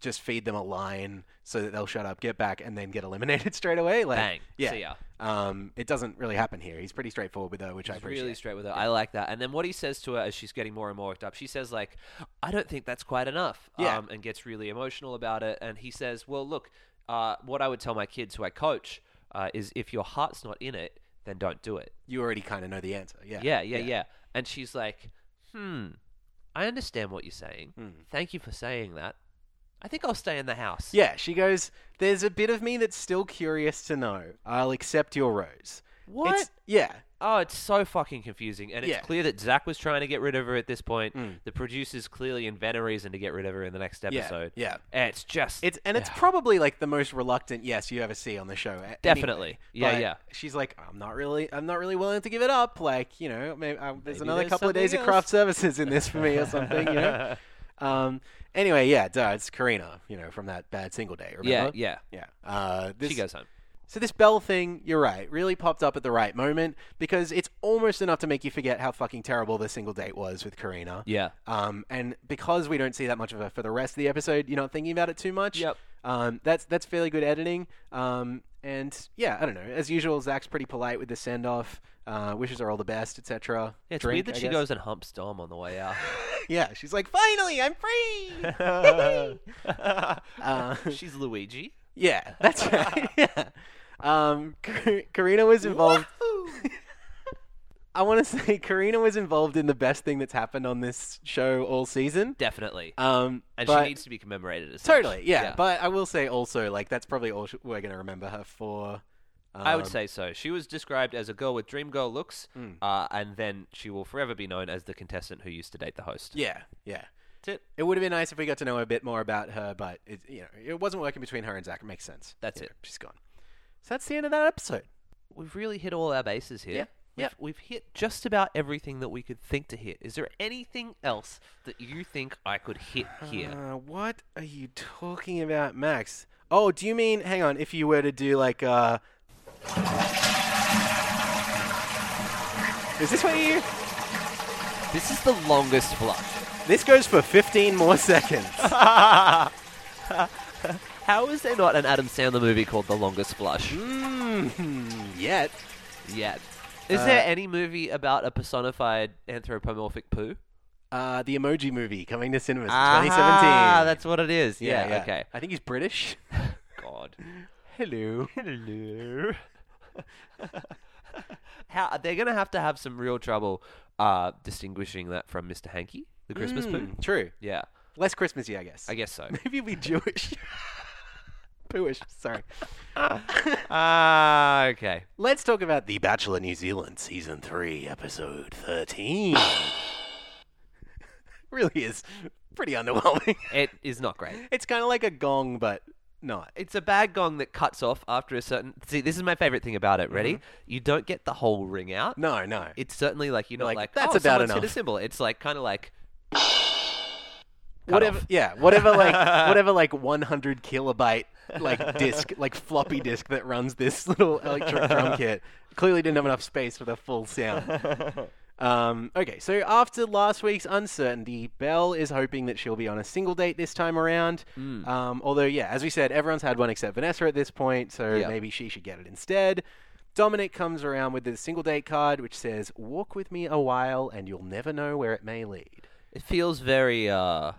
Just feed them a line so that they'll shut up, get back, and then get eliminated straight away. Like,
Bang.
yeah.
See ya.
Um, it doesn't really happen here. He's pretty straightforward with her, which I
He's
appreciate.
really straight with her. I like that. And then what he says to her as she's getting more and more worked up, she says like, "I don't think that's quite enough,"
Yeah.
um, and gets really emotional about it. And he says, "Well, look, uh, what I would tell my kids who I coach uh, is if your heart's not in it, then don't do it."
you already kind of know the answer. Yeah.
Yeah, yeah, yeah. And she's like, "Hmm, I understand what you're saying. Thank you for saying that. I think I'll stay in the house."
Hmm. Yeah, she goes, There's a bit of me that's still curious to know. I'll accept your rose.
What?
It's- yeah.
Oh, it's so fucking confusing, and it's
Yeah. Mm.
clear that Zach was trying to get rid of her at this point. The producers clearly invent a reason to get rid of her in the next
Yeah,
episode.
yeah.
And it's just
It's and it's probably like the most reluctant yes you ever see on the show. a- anyway.
Definitely. Yeah,
But
yeah.
She's like, I'm not really, I'm not really willing to give it up. Like, you know, maybe, uh, there's
Maybe
another
there's
couple of days
something
of craft
else.
services in this for me or something. You know. Um. Anyway, yeah, duh, it's Karina. You know, from that bad single day.
yeah,
Remember?
yeah.
Yeah. Uh, this,
She goes home.
So this bell thing, you're right, really popped up at the right moment because it's almost enough to make you forget how fucking terrible the single date was with Karina.
Yeah.
Um, and because we don't see that much of her for the rest of the episode, you're not thinking about it too much.
Yep.
Um, that's that's fairly good editing. Um, and yeah, I don't know. As usual, Zach's pretty polite with the send off. Uh, wishes her all the best, etc.
Yeah, it's
Drink,
weird that
I
she
guess.
goes and humps Dom on the way out.
Yeah, she's like, finally, I'm free. Uh,
She's Luigi.
yeah, that's right. yeah. Um, Kar- Karina was involved. I want to say Karina was involved in the best thing that's happened on this show all season.
Definitely.
Um,
and
but-
she needs to be commemorated as such.
Totally, yeah. But I will say also, like, that's probably all sh- we're going to remember her for. Um, Mm.
I would say so. She was described as a girl with dream girl looks, uh, and then she will forever be known as the contestant who used to date the host.
Yeah, yeah.
That's it.
It would have been nice if we got to know a bit more about her, but it, you know, it wasn't working between her and Zach. It makes sense.
That's
You
it.
know, She's gone. So that's the end of that episode.
We've really hit all our bases here.
Yeah,
We've,
yeah.
we've hit just about everything that we could think to hit. Is there anything else that you think I could hit here?
Uh, what are you talking about, Max? Oh, do you mean? Hang on. If you were to do like, uh, is this what you?
This is the longest flush.
This goes for 15 more seconds.
How is there not an Adam Sandler movie called The Longest Flush
Mm-hmm. Yet. Uh,
yet? Is there any movie about a personified anthropomorphic poo?
Uh, the Emoji Movie coming to cinemas in 2017.
Ah, that's what it is. Yeah, okay.
I think he's British.
God.
Hello.
Hello. How they're gonna have to have some real trouble uh, distinguishing that from Mr. Hanky, the Christmas poo.
Hmm. True.
Yeah,
Less Christmassy, I guess.
I guess so.
Maybe we Jewish. Pooish. Sorry.
Ah, okay.
Let's talk about The Bachelor New Zealand Season 3, Episode 13. really is pretty underwhelming.
It is not great.
It's kind of like a gong, but not.
It's a bad gong that cuts off after a certain. See, this is my favorite thing about it.
Mm-hmm.
Ready? You don't get the whole ring out.
No, no.
It's certainly like you're not
Like,
like,
"That's
oh,
about
someone's hit
enough."
a symbol. It's like kind of like cut
whatever
off.
yeah whatever like whatever like 100 kilobyte like disk like floppy disk that runs this little electric drum kit clearly didn't have enough space for the full sound um, okay so after last week's uncertainty belle is hoping that she'll be on a single date this time around um, although yeah as we said everyone's had one except vanessa at this point so maybe she should get it instead Dominic comes around with the single date card, which says, Walk with me a while and you'll never know where it may lead.
It feels very uh,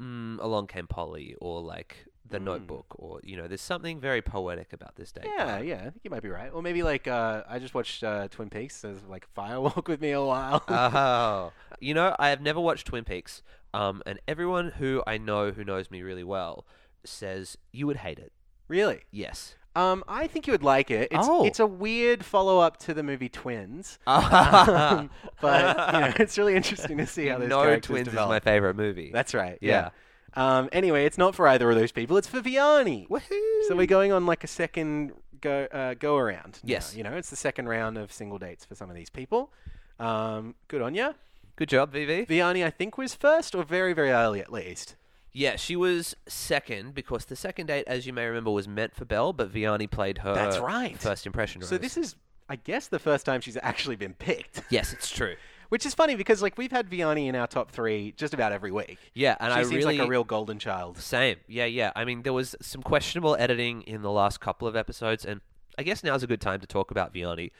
mm, along came Polly or like
Hmm.
the Notebook or you know, there's something very poetic about this day.
Yeah, yeah, I think you might be right. Or maybe like uh, I just watched uh, Twin Peaks, so it's like Firewalk with me a while.
Oh, you know, I have never watched Twin Peaks, um, and everyone who I know who knows me really well says you would hate it.
really?
Yes.
Um, I think you would like it. It's,
Oh.
it's a weird follow up to the movie Twins, um, but you know, it's really interesting to see how those
no
characters
twins
develop.
is my favorite movie.
That's right. Yeah.
Yeah.
Um, anyway, it's not for either of those people. It's for Vianney.
Woohoo!
So we're going on like a second go uh, go around. now,
Yes.
you know it's the second round of single dates for some of these people. Um, good on ya.
Good job, VV.
Vianney, I think, was first or very very early at least.
Yeah, she was second because the second date, as you may remember, was meant for Belle, but Vianney played her.
That's right.
First impression.
So
rose.
this is, I guess, the first time she's actually been picked.
Yes, it's true.
Which is funny because like we've had Vianney in our top three just about every week.
Yeah, and
she
I
seems
really
like a real golden child.
Same. Yeah, yeah. I mean, there was some questionable editing in the last couple of episodes, and I guess now's a good time to talk about Vianney.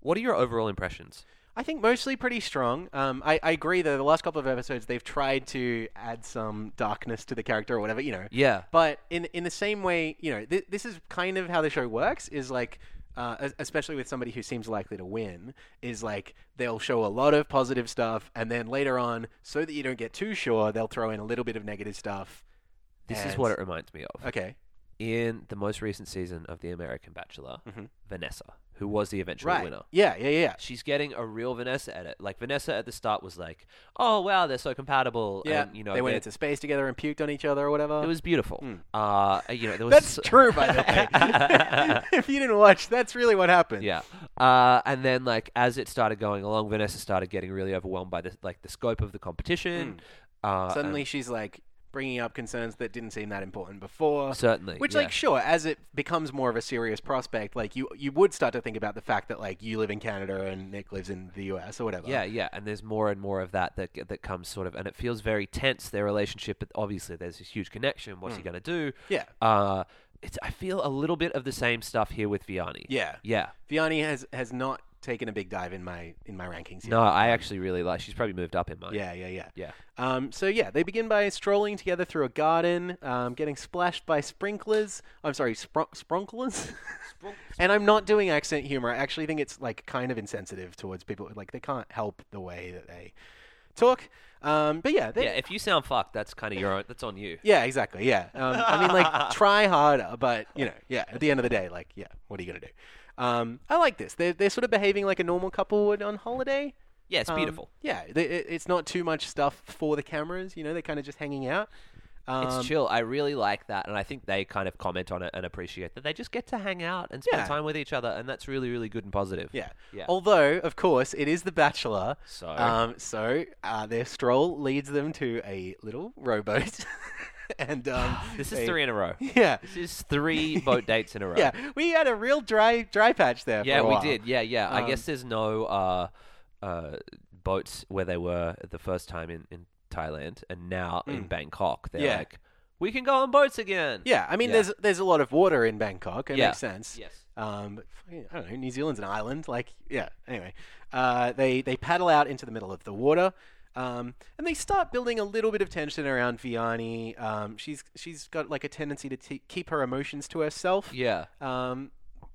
What are your overall impressions?
I think mostly pretty strong. Um, I, I agree that the last couple of episodes they've tried to add some darkness to the character or whatever, you know.
Yeah.
But in in the same way, you know, th- this is kind of how the show works. Is like, uh, es- especially with somebody who seems likely to win, is like they'll show a lot of positive stuff, and then later on, so that you don't get too sure, they'll throw in a little bit of negative stuff.
This is
And-
what it reminds me of.
Okay.
In the most recent season of The American Bachelor, Vanessa, who was the eventual
Mm-hmm. Right.
winner.
Yeah. Yeah. Yeah.
She's getting a real Vanessa edit. Like Vanessa at the start was like, "Oh wow, they're so compatible."
Yeah.
and, you know,
they went
they're-
into space together and puked on each other or whatever.
it was beautiful. Uh, you know, there was
That's true, by the way. if you didn't watch, that's really what happened.
Yeah. Uh, and then like as it started going along, Vanessa started getting really overwhelmed by the like the scope of the competition. Uh,
Hmm. Suddenly, she's like bringing up concerns that didn't seem that important before.
and- certainly,
Which,
yeah.
like, sure, as it becomes more of a serious prospect, like you, you would start to think about the fact that like you live in Canada and Nick lives in the US or whatever.
yeah, yeah, and there's more and more of that that that comes sort of, and it feels very tense their relationship. But obviously, there's this huge connection.
Hmm.
What's he gonna do?
Yeah.
Uh, it's I feel a little bit of the same stuff here with Vianney.
yeah.
Yeah.
Vianney has has not taken a big dive in my in my rankings. Yet.
No, I actually really like. She's probably moved up in mine.
Yeah, yeah, yeah.
Yeah.
Um, so yeah, they begin by strolling together through a garden, um, getting splashed by sprinklers. I'm sorry, spr- sprinklers. and I'm not doing accent humor. I actually think it's like kind of insensitive towards people. Like they can't help the way that they talk. Um, but yeah, they,
Yeah. If you sound fucked, that's kind of your own. That's on you.
yeah, exactly. Yeah. Um, I mean, like, try harder, but, you know, yeah, at the end of the day, like, yeah, what are you going to do? Um, I like this. They're, they're sort of behaving like a normal couple would on holiday.
Yeah, it's
Um,
beautiful.
Yeah, they, it, it's not too much stuff for the cameras. You know, they're kind of just hanging out. Um,
It's chill. I really like that, and I think they kind of comment on it and appreciate that they just get to hang out and spend
Yeah.
time with each other, and that's really, really good and positive.
Yeah.
Yeah.
Although, of course, it is The Bachelor.
So?
um, so uh, their stroll leads them to a little rowboat, and um,
This
they-
is three in a row.
Yeah,
This is three boat dates in a row.
yeah. We had a real dry dry patch there. for
Yeah,
a
we
while.
did. Yeah, yeah. I
Um,
guess there's no uh, uh, boats where they were the first time in, in Thailand, and now in Bangkok, they're
Mm. Yeah.
like, we can go on boats again.
Yeah, I mean,
Yeah.
there's there's a lot of water in Bangkok. It
Yeah.
makes sense.
Yes.
Um, but fucking- I don't know. New Zealand's an island. Like, yeah. Anyway, uh, they they paddle out into the middle of the water, um, and they start building a little bit of tension around Vianney. Um, she's she's got like a tendency to t- keep her emotions to herself.
Yeah.
Um,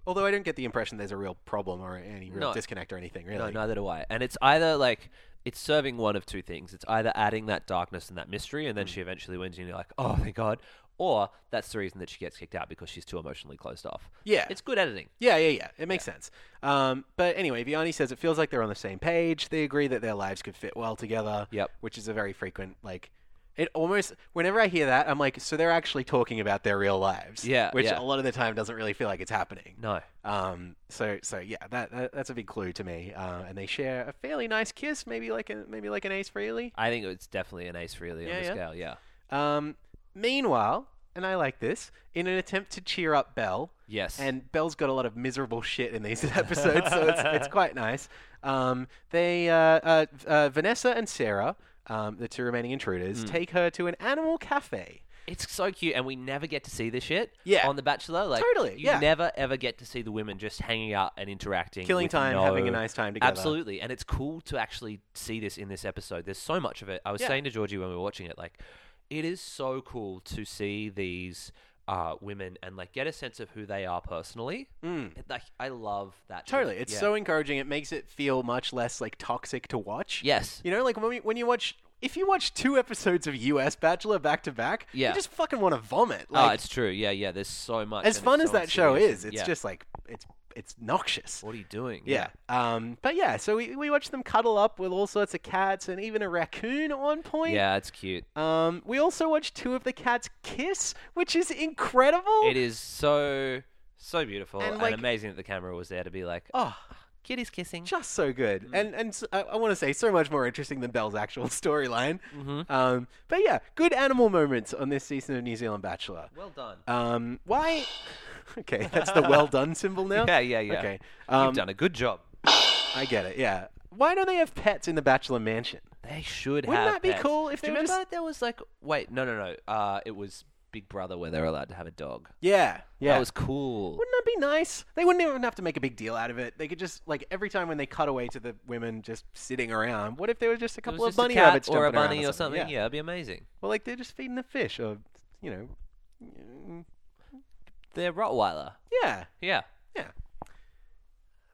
although I don't get the impression there's a real problem or any real
No.
disconnect or anything really.
No, neither do I. And it's either like it's serving one of two things. It's either adding that darkness and that mystery,
Hmm.
and then she eventually wins, and you're like, oh, thank God. Or that's the reason that she gets kicked out because she's too emotionally closed off.
Yeah.
It's good editing.
Yeah, yeah, yeah. It makes sense. Um, but anyway, Vianney says it feels like they're on the same page. They agree that their lives could fit well together.
Yep.
Which is a very frequent like. It almost whenever I hear that, I'm like, so they're actually talking about their real lives.
Yeah,
Which
yeah.
a lot of the time doesn't really feel like it's happening.
No.
Um. So so yeah, that, that that's a big clue to me. Uh, and they share a fairly nice kiss, maybe like a maybe like an ace freely.
I think it's definitely an ace really
Yeah,
on the
yeah.
scale, yeah.
Um. Meanwhile, and I like this in an attempt to cheer up Belle.
Yes.
And Belle's got a lot of miserable shit in these episodes, so it's, it's quite nice. Um, they, uh, uh, uh, Vanessa and Sarah, um, the two remaining intruders,
Hmm.
take her to an animal cafe.
it's so cute and we never get to see this shit
Yeah.
on The Bachelor. Like
Totally,
you
yeah.
never ever get to see the women just hanging out and interacting.
Killing
with
time, having a
no-
nice time together.
Absolutely. And it's cool to actually see this in this episode. There's so much of it. I was
Yeah.
saying to Georgie when we were watching it, like, it is so cool to see these uh, women and like get a sense of who they are personally. Mm. Like I love that. shit.
Hmm. Totally, it's
Yeah.
so encouraging. It makes it feel much less like toxic to watch.
Yes.
you know, like when, we, when you watch, if you watch two episodes of U.S. Bachelor back to back,
Yeah.
you just fucking want to vomit.
Ah,
Like,
it's true. Yeah, yeah. There's so much.
as
and
fun
it's
as
so
that show
insidious
is,
and-
it's
yeah.
just like it's It's noxious.
What are you doing?
Yeah. Um, but yeah, so we, we watched them cuddle up with all sorts of cats and even a raccoon at one point.
Yeah, it's cute.
Um, we also watched two of the cats kiss, which is incredible.
It is so so beautiful
And,
and,
like-
amazing that the camera was there to be like, oh,
Oh,
kitty's kissing.
just so good.
Mm-hmm.
And and s- I, want to say so much more interesting than Belle's actual storyline.
Mm-hmm.
Um, but yeah, good animal moments on this season of New Zealand Bachelor.
Well done.
Um, why? okay, that's the well done symbol now.
Yeah, yeah, yeah.
Okay,
You've
um,
done a good job.
I get it. Yeah. Why don't they have pets in the Bachelor Mansion?
They should
Wouldn't
have.
that be
pets.
cool if
Do you
they were
remember
just-
there was like wait no no no uh it was Big Brother where they were allowed to have a dog.
Yeah. Yeah.
That was cool.
Wouldn't that be nice? They wouldn't even have to make a big deal out of it. They could just like every time when they cut away to the women just sitting around. What if there was just a
It was
couple of
just a
bunny
cat
rabbits
or a
jumping around
bunny or something. Yeah.
Yeah.
it'd be amazing.
Well, like they're just feeding the fish, or you know, mm,
They're Rottweiler.
yeah,
Yeah.
yeah.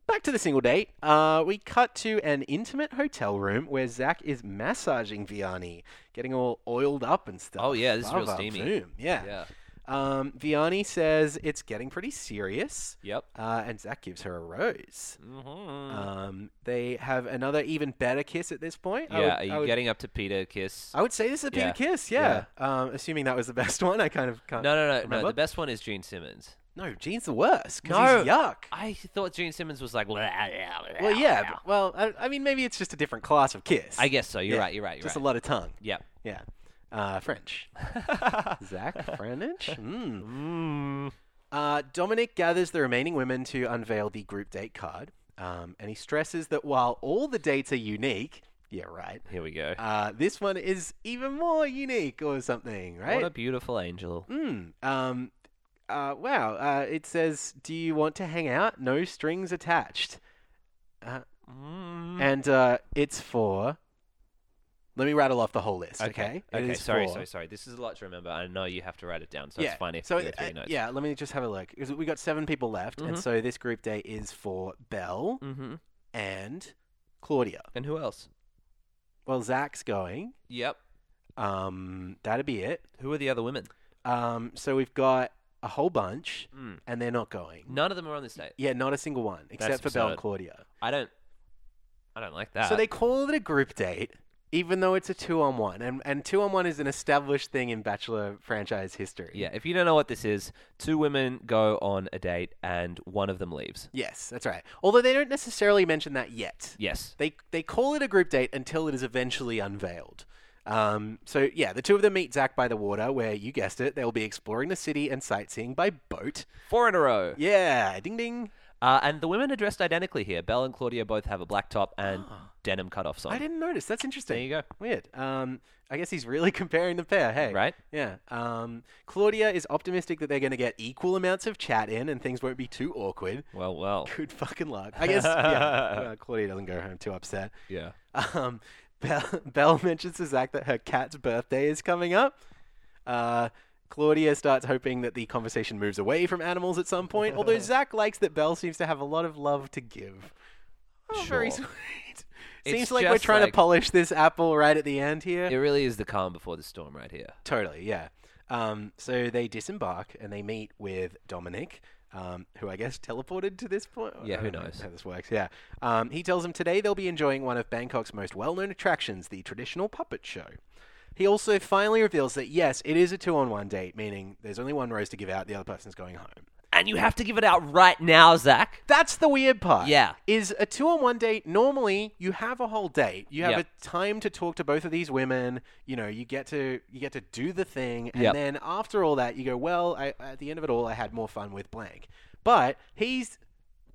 Back to the single date. Uh, we cut to an intimate hotel room where Zach is massaging Vianney, getting all oiled up and stuff.
Oh, yeah, this is real
Baba
steamy.
boom, Yeah.
Yeah.
Um, Vianney says it's getting pretty serious.
Yep.
Uh, and Zach gives her a rose.
Mm-hmm.
Um, they have another even better kiss at this point. I
yeah,
would-
are you
I would,
getting up to Peter kiss?
I would say this is a Peter
Yeah.
kiss. Yeah. Um, assuming that was the best one, I kind of can't.
no, no, no, no.
remember?
The best one is Gene Simmons.
No, Gene's the worst. 'cause
No.
he's yuck.
I thought Gene Simmons was like,
Well, yeah. But, well, I, I mean, maybe it's just a different class of kiss.
I guess so. You're
Yeah,
right. You're right. You're
just
right.
a lot of tongue.
Yep.
Yeah. Uh, French. Zach French. Mm. Uh, Dominic gathers the remaining women to unveil the group date card, um, and he stresses that while all the dates are unique, yeah, right.
Here we go.
Uh, this one is even more unique or something, right?
What a beautiful angel.
Mm, um, uh, wow. Uh, it says, "Do you want to hang out? No strings attached." Uh,
Mm. Hmm.
And uh, it's for. Let me rattle off the whole list. Okay. It
Okay.
is
Sorry.
for-
Sorry. Sorry. This is a lot to remember. I know you have to write it down, so
yeah.
it's fine if
so
you go through
uh,
your notes.
yeah, let me just have a look. 'Cause We got seven people left, and so this group date is for Belle
Mm-hmm.
and Claudia.
And who else?
Well, Zach's going.
Yep.
Um, that'd be it.
Who are the other women?
Um, so we've got a whole bunch,
Mm.
and they're not going.
None of them are on this date.
Yeah, not a single one except for Belle and
absurd.
Claudia.
I don't. I don't like that.
So they call it a group date, even though it's a two on one, and and two on one is an established thing in Bachelor franchise history.
Yeah. If you don't know what this is, two women go on a date and one of them leaves.
Yes, that's right. Although they don't necessarily mention that yet.
Yes.
They they call it a group date until it is eventually unveiled. Um, so yeah, the two of them meet Zach by the water, where you guessed it, they will be exploring the city and sightseeing by boat.
Four in a row.
Yeah, ding ding.
Uh, and the women are dressed identically here. Belle and Claudia both have a black top and denim cutoffs on.
I didn't notice. That's interesting.
There you go.
Weird. Um, I guess he's really comparing the pair. Hey,
Right?
Yeah. Um, Claudia is optimistic that they're going to get equal amounts of chat in, and things won't be too awkward.
Well, well.
Good fucking luck. I guess. yeah. Well, Claudia doesn't go home too upset.
Yeah.
Um, Belle, Belle mentions to Zach that her cat's birthday is coming up. Uh, Claudia starts hoping that the conversation moves away from animals at some point, although Zach likes that Belle seems to have a lot of love to give. Oh, very
Sure.
sweet.
It's
seems like we're
just
trying to
like-
polish this apple right at the end here.
It really is the calm before the storm right here.
Totally, yeah. Um, so they disembark and they meet with Dominic, um, who I guess teleported to this point.
Yeah,
I
who
don't know
knows?
How this works, yeah. Um, he tells them today they'll be enjoying one of Bangkok's most well known attractions, the traditional puppet show. He also finally reveals that, yes, it is a two on one date, meaning there's only one rose to give out, the other person's going home.
And you have to give it out right now, Zach.
That's the weird part.
Yeah.
Is a two on one date, normally you have a whole date. You have
Yep.
a time to talk to both of these women. You know, you get to you get to do the thing and
Yep.
then after all that you go, Well, I, at the end of it all I had more fun with blank. But he's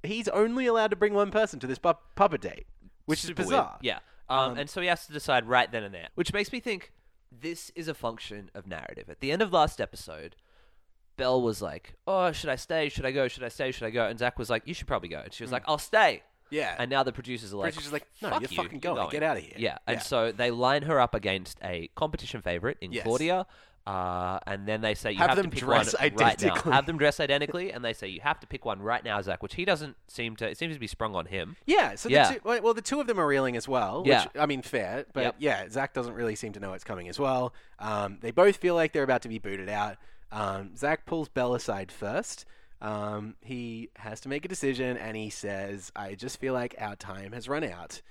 he's only allowed to bring one person to this pu- puppet date. Which
Super
is
weird.
bizarre.
Yeah. Um, and so he has to decide right then and there, which makes me think this is a function of narrative. At the end of last episode, Belle was like, "Oh, should I stay? Should I go? Should I stay? Should I go?" And Zach was like, "You should probably go." And she was like, "I'll stay."
Yeah.
And now the producers are like,
Hmm. Producers are like, "No,
"Fuck
you're
you,
fucking going. Get outta here."
Yeah. And
Yeah.
so they line her up against a competition favorite in
Yes.
Claudia. Uh, and then they say you
Have
have,
them
to pick
dress
one right
identically.
now. Have them dress identically, and they say you have to pick one right now, Zach. Which he doesn't seem to. It seems to be sprung on him.
Yeah, so
Yeah.
The two, well, well, the two of them are reeling as well.
Yeah.
which I mean, fair, but
Yep.
yeah, Zach doesn't really seem to know it's coming as well. Um, they both feel like they're about to be booted out. Um, Zach pulls Belle aside first, Um, he has to make a decision, and he says, "I just feel like our time has run out,"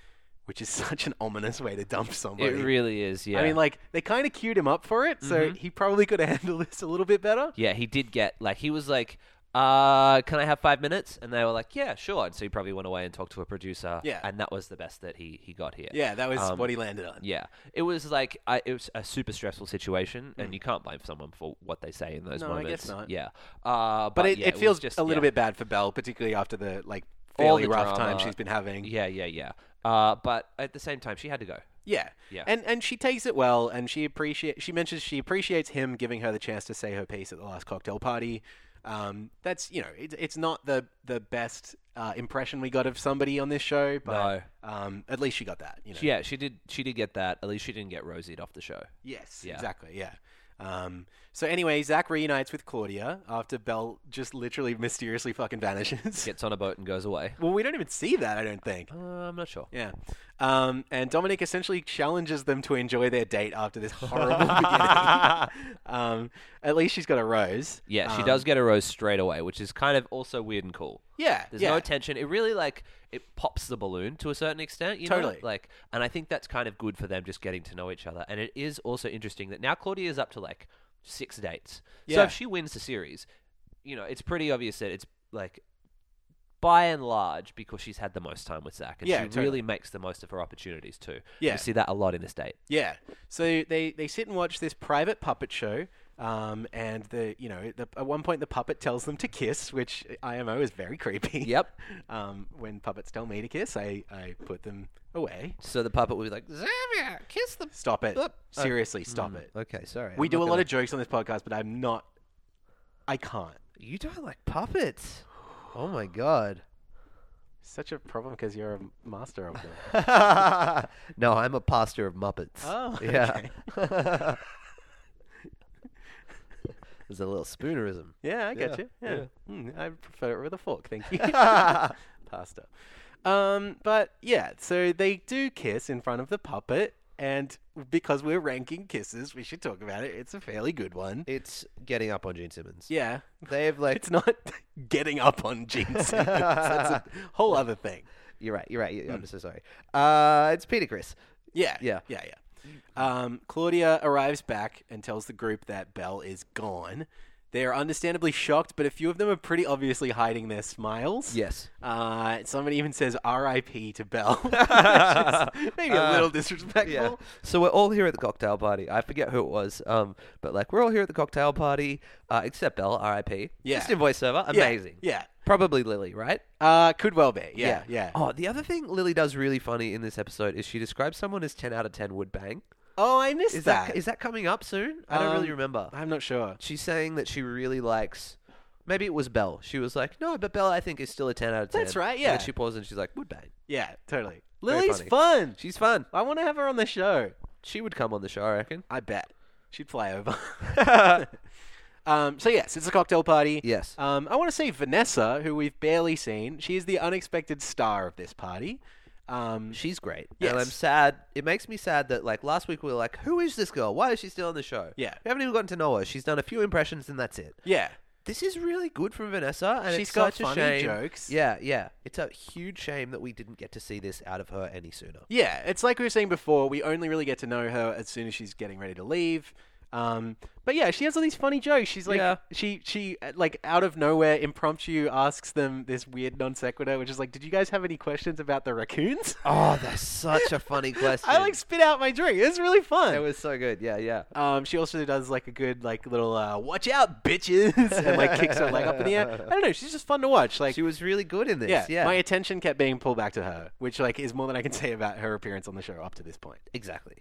which is such an ominous way to dump somebody.
It really is. Yeah. Mm-hmm.
I mean, like they kind of queued him up for it, so he probably could have handled this a little bit better.
yeah, he did get like he was like, uh, "Can I have five minutes?" And they were like, "Yeah, sure." And so he probably went away and talked to a producer.
Yeah.
And that was the best that he he got here.
Yeah, that was
Um,
what he landed on.
Yeah, it was like I, it was a super stressful situation, and you can't blame someone for what they say in those
Mm. No, I
moments.
guess not.
Yeah, uh,
but it,
yeah,
it
was
feels
just
a little
yeah.
bit bad for Belle, particularly after the like
All
fairly
the
rough time
drama.
she's been having.
Yeah, yeah, yeah. Uh, but at the same time, she had to go.
Yeah.
Yeah.
And and she takes it well and she appreciate she mentions she appreciates him giving her the chance to say her piece at the last cocktail party. Um, that's you know it, it's not the the best uh, impression we got of somebody on this show, but um, at least she got that. You know.
Yeah, she did. She did get that. At least she didn't get rosied off the show.
Yes,
Yeah.
exactly. Yeah. Um, so anyway, Zach reunites with Claudia after Belle just literally mysteriously fucking vanishes.
Gets on a boat and goes away.
well, we don't even see that, I don't think.
Uh, I'm not sure.
Yeah. Um, and Dominic essentially challenges them to enjoy their date after this horrible beginning. Um, at least she's got a rose.
Yeah, she
Um,
does get a rose straight away, which is kind of also weird and cool.
Yeah.
There's
yeah.
no tension. It really like it pops the balloon to a certain extent, you
Totally.
know. Like, and I think that's kind of good for them just getting to know each other. And it is also interesting that now Claudia is up to like six dates. So
Yeah.
if she wins the series, you know, it's pretty obvious that it's like by and large because she's had the most time with Zach, and
Yeah,
she
totally.
really makes the most of her opportunities too.
Yeah.
you see that a lot in this date.
Yeah. So they, they sit and watch this private puppet show. Um, and the you know the, at one point the puppet tells them to kiss, which IMO is very creepy.
Yep.
Um, when puppets tell me to kiss, I, I put them away.
So the puppet will be like, Xavier, kiss the.
Stop it.
Oop. Uh, hmm.
Seriously, stop it.
Okay, sorry.
We
I'm
do
not
a lot
gonna-
of jokes on this podcast, but I'm not. I can't.
You don't like puppets? Oh my god.
Such a problem because you're a master of them.
no, I'm a pastor of Muppets.
Oh,
yeah. There's a little spoonerism.
yeah, I get
Yeah,
you. Yeah,
yeah.
Mm, I prefer it with a fork. Thank you, pasta. Um, but yeah, so they do kiss in front of the puppet, and because we're ranking kisses, we should talk about it. It's a fairly good one.
It's getting up on Gene Simmons.
yeah,
They've like
it's not getting up on Gene Simmons. That's a whole other thing.
You're right. You're right. you-
Hmm.
I'm so sorry. Uh, it's Peter Chris.
Yeah.
Yeah.
Yeah, yeah. Um, Claudia arrives back and tells the group that Belle is gone. They are understandably shocked, but a few of them are pretty obviously hiding their smiles.
Yes.
Uh, somebody even says R.I.P. to Belle. Which is maybe a
Uh,
little disrespectful.
Yeah. So we're all here at the cocktail party. I forget who it was. Um, but like we're all here at the cocktail party, uh, except Belle, R.I.P.
Yeah.
Just in voiceover.
Yeah,
Amazing.
Yeah.
Probably Lily, right?
Uh, could well be. Yeah. Yeah.
Oh, the other thing Lily does really funny in this episode is she describes someone as 10 out of 10 would bang.
Oh, I missed
Is
that.
that is that coming up soon? I don't really
Um,
remember.
I'm not sure.
She's saying that she really likes. Maybe it was Belle. She was like, no, but Belle, I think, is still a 10 out of 10.
That's right,
And
yeah.
then she pauses and she's like, would bang.
Yeah, totally.
Very
Lily's
funny.
fun.
She's fun.
I want to have her on the show.
She would come on the show, I reckon.
I bet. She'd fly over. um, so, yes, it's a cocktail party.
Yes.
Um, I want to say Vanessa, who we've barely seen, she is the unexpected star of this party. Um,
She's great.
Yes.
And I'm sad. It makes me sad that, like, last week we were like, who is this girl? Why is she still on the show?
Yeah.
We haven't even gotten to know her. She's done a few impressions and that's it.
yeah.
This is really good from Vanessa. And
She's
it's
got
such a
funny
shame.
jokes.
Yeah, yeah. It's a huge shame that we didn't get to see this out of her any sooner.
Yeah, it's like we were saying before, we only really get to know her as soon as she's getting ready to leave. Um, but yeah, she has all these funny jokes. She's like,
Yeah.
she, she, uh, like, out of nowhere, impromptu asks them this weird non sequitur, which is like, did you guys have any questions about the raccoons?
Oh, that's such a funny question.
I like spit out my drink. It's really fun.
That was so good. Yeah, yeah.
Um, she also does like a good like little uh, watch out bitches and like kicks her leg up in the air. I don't know. She's just fun to watch. Like
She was really good in this.
yeah,
Yeah.
my attention kept being pulled back to her, which like is more than I can say about her appearance on the show up to this point.
exactly.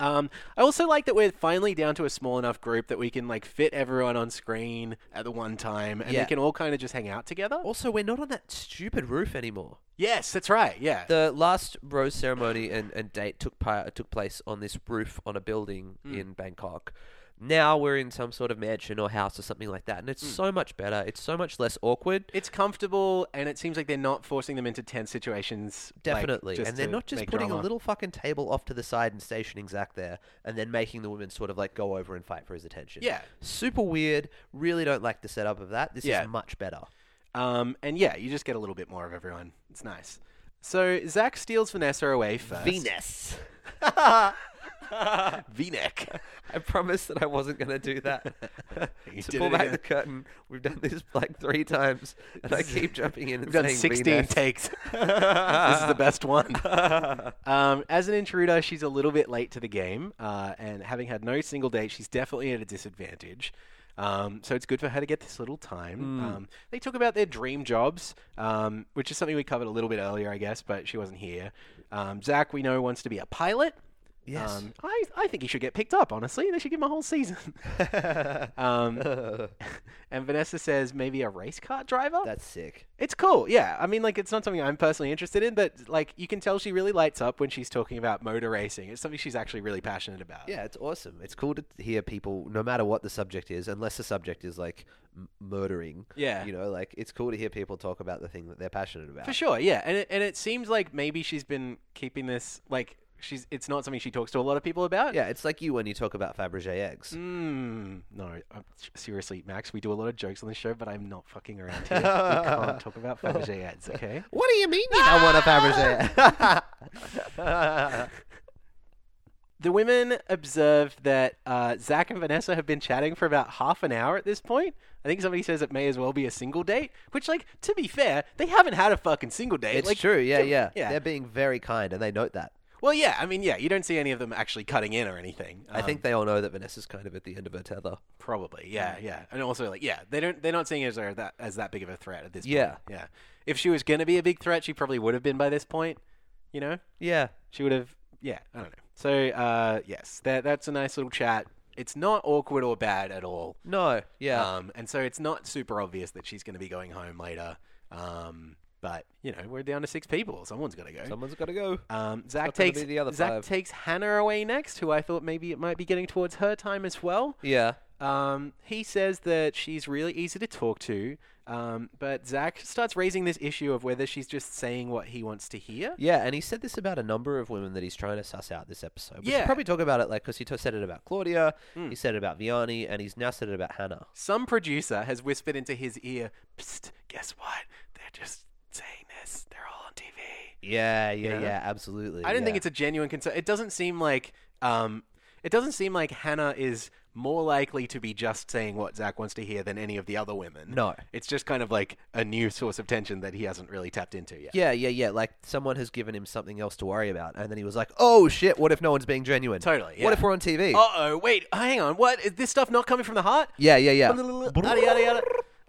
Um, I also like that we're finally down to a small enough group that we can like fit everyone on screen at the one time, and
Yeah.
we can all kind of just hang out together.
Also, we're not on that stupid roof anymore.
Yes, that's right. Yeah,
The last rose
Hmm.
ceremony and, and date took pi- took place on this roof on a building in Bangkok Now we're in some sort of mansion or house or something like that, and
Hmm.
it's so much better. It's so much less awkward.
It's comfortable, and it seems like they're not forcing them into tense situations. like,
Definitely.
just
and they're
to
not just
make
putting
drama.
a little fucking table off to the side and stationing Zach there and then making the women sort of like go over and fight for his attention.
Yeah.
Super weird. Really don't like the setup of that. This
Yeah.
is much better.
Um, and yeah, you just get a little bit more of everyone. It's nice. So Zach steals Vanessa away first.
Venus.
V-neck.
I promised that I wasn't going to do that.
You
to
did
pull
it
back
again.
the curtain, we've done this like three times, and I keep jumping in and
We've done
saying
16
Venus.
takes. this is the best one. um, as an intruder, she's a little bit late to the game, uh, and having had no single date, she's definitely at a disadvantage. Um, so it's good for her to get this little time. Um, they talk about their dream jobs, um, which is something we covered a little bit earlier, I guess, but she wasn't here. Um, Zach, we know, wants to be a pilot.
Yes.
Um, I, I think he should get picked up, honestly. They should give him a whole season. um, and Vanessa says maybe a race car driver?
That's sick.
It's cool, yeah. I mean, like, it's not something I'm personally interested in, but like, you can tell she really lights up when she's talking about motor racing. It's something she's actually really passionate about.
Yeah, it's awesome. It's cool to hear people, no matter what the subject is, unless the subject is like m- murdering.
Yeah.
You know, like it's cool to hear people talk about the thing that they're passionate about.
for sure. Yeah, and it, and it seems like maybe she's been keeping this like she's. It's not something she talks to a lot of people about.
Yeah, it's like you when you talk about Fabergé eggs.
Mm, no, uh, s- seriously, Max, we do a lot of jokes on this show, but I'm not fucking around here. we can't talk about Fabergé ads, okay?
What do you mean you don't want a Fabergé?
The women observe that uh, Zach and Vanessa have been chatting for about half an hour at this point. I think somebody says it may as well be a single date, which, like, to be fair, they haven't had a fucking single date.
it's
like,
true. Yeah,
give-
yeah,
yeah.
They're being very kind, and they note that.
Well, yeah. I mean, yeah. You don't see any of them actually cutting in or anything. Um,
I think they all know that Vanessa's kind of at the end of her tether.
probably. Yeah,
Mm.
yeah. And also, like, yeah, they don't. They're not seeing it as they're that as that big of a threat at this
Yeah.
point. Yeah. If she was gonna be a big threat, she probably would have been by this point. You know.
Yeah.
She would have, yeah, I don't know. So, uh, yes, that, that's a nice little chat. It's not awkward or bad at all.
No. Yeah.
Um, and so it's not super obvious that she's going to be going home later. Um, but, you know, we're down to six people. Someone's got to go.
Someone's got to go.
Um, Zach
not gonna
takes
be the other
Zach
five.
takes Hannah away next, who I thought maybe it might be getting towards her time as well.
Yeah.
Um, he says that she's really easy to talk to, um, but Zach starts raising this issue of whether she's just saying what he wants to hear.
Yeah, and he said this about a number of women that he's trying to suss out this episode. We
Yeah.
should probably talk about it, like, because he t- said it about Claudia, he said it about Vianney, and he's now said it about Hannah.
some producer has whispered into his ear, Psst, guess what? They're just saying this. They're all on TV.
Yeah, yeah,
Yeah.
yeah, absolutely.
I don't think it's
yeah.
a genuine concern. It doesn't seem like um, it doesn't seem like Hannah is more likely to be just saying what Zach wants to hear than any of the other women.
No.
It's just kind of like a new source of tension that he hasn't really tapped into yet.
Yeah, yeah, yeah. Like someone has given him something else to worry about, and then he was like, "Oh shit! What if no one's being genuine?
Totally, yeah.
What if we're on TV?
Uh oh, wait, hang on. What is this stuff not coming from the heart?
Yeah, yeah, yeah,
Yada, yada, yada.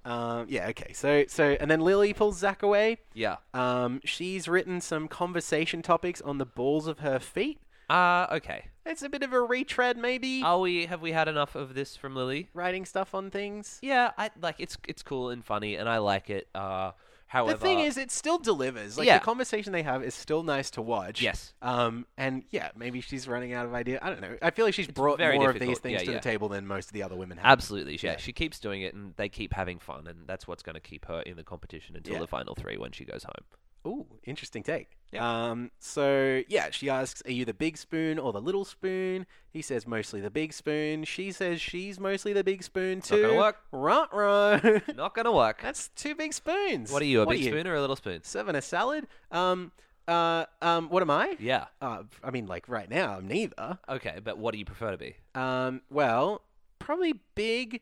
Um, yeah, okay. So, so, and then Lily pulls Zach away.
yeah.
Um, she's written some conversation topics on the balls of her feet.
Uh, okay.
It's a bit of a retread, maybe.
Are we? Have we had enough of this from Lily?
Writing stuff on things.
Yeah, I like it's it's cool and funny, and I like it. Uh, however,
The thing is, it still delivers. Like
Yeah.
the conversation they have is still nice to watch.
Yes.
Um, and yeah, maybe she's running out of idea. I don't know. I feel like she's brought more
very
of
difficult.
these things
Yeah,
to
yeah.
the table than most of the other women have.
Absolutely, yeah. She keeps doing it, and they keep having fun, and that's what's going to keep her in the competition until
Yeah.
the final three when she goes home.
Ooh, interesting take. Um, so yeah, she asks, "Are you the big spoon or the little spoon?" He says, "Mostly the big spoon." She says, "She's mostly the big spoon too."
gonna work.
Ruh, ruh.
Not going to work.
That's two big spoons.
what are you, a big spoon or a little spoon?
Serving a salad. Um. Uh. Um. What am I?
Yeah.
Uh, I mean, like right now, I'm neither.
Okay, but what do you prefer to be?
Um. Well, probably big.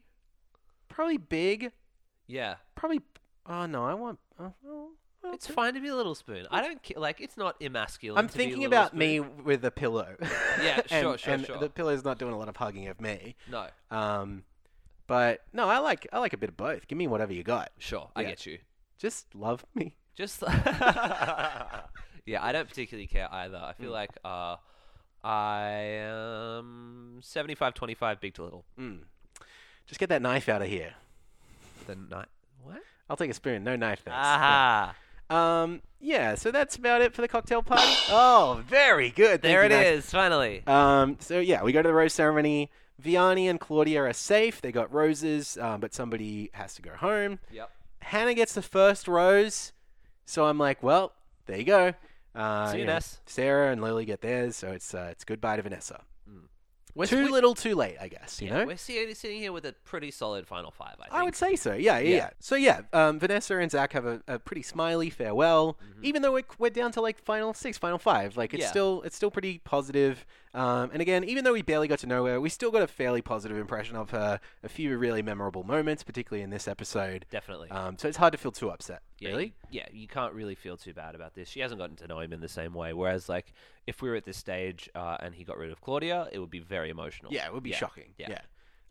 Probably big.
Yeah.
Probably. Oh no, I want. Oh, oh, oh.
It's fine to be a little spoon. I don't care. Like, it's not emasculine.
I'm
to be a
thinking
little
about
spoon.
me with a pillow.
Yeah,
and,
sure, sure,
and
sure.
The pillow's not doing a lot of hugging of me.
No,
Um. But no, I like I like a bit of both. Give me whatever you got.
sure. I
Yeah.
get you.
Just love me.
Just. yeah, I don't particularly care either. I
Mm.
feel like uh, I am 75 25 big to little.
Mm. Just get that knife out of here.
The night. What?
I'll take a spoon. No knife, thanks.
Ah, Aha.
Um, yeah, so that's about it for the cocktail party. oh, very good. Thank
There
you,
it
Max.
is, finally.
Um, so yeah, we go to the rose ceremony. Vianney and Claudia are safe. They got roses, um, but somebody has to go home.
Yep.
Hannah gets the first rose, so I'm like, well, there you go. Uh,
See you,
know,
Ness.
Sarah and Lily get theirs, so it's uh, it's goodbye to Vanessa.
We're,
too
we-
little, too late, I guess. You
yeah,
know,
we're see- sitting here with a pretty solid final five. I think.
I would say so. Yeah, yeah.
Yeah.
yeah. So yeah, um, Vanessa and Zach have a, a pretty smiley farewell. Even though we're, we're down to like final six, final five, like it's
Mm-hmm. Yeah.
still it's still pretty positive. Um, and again, even though we barely got to know her, we still got a fairly positive impression of her. A few really memorable moments, particularly in this episode.
definitely.
Um, so it's hard to feel too upset.
Yeah,
really?
you- yeah, you can't really feel too bad about this. She hasn't gotten to know him in the same way. Whereas, like, if we were at this stage uh, and he got rid of Claudia, it would be very emotional.
Yeah, it would be shocking. Yeah.
yeah.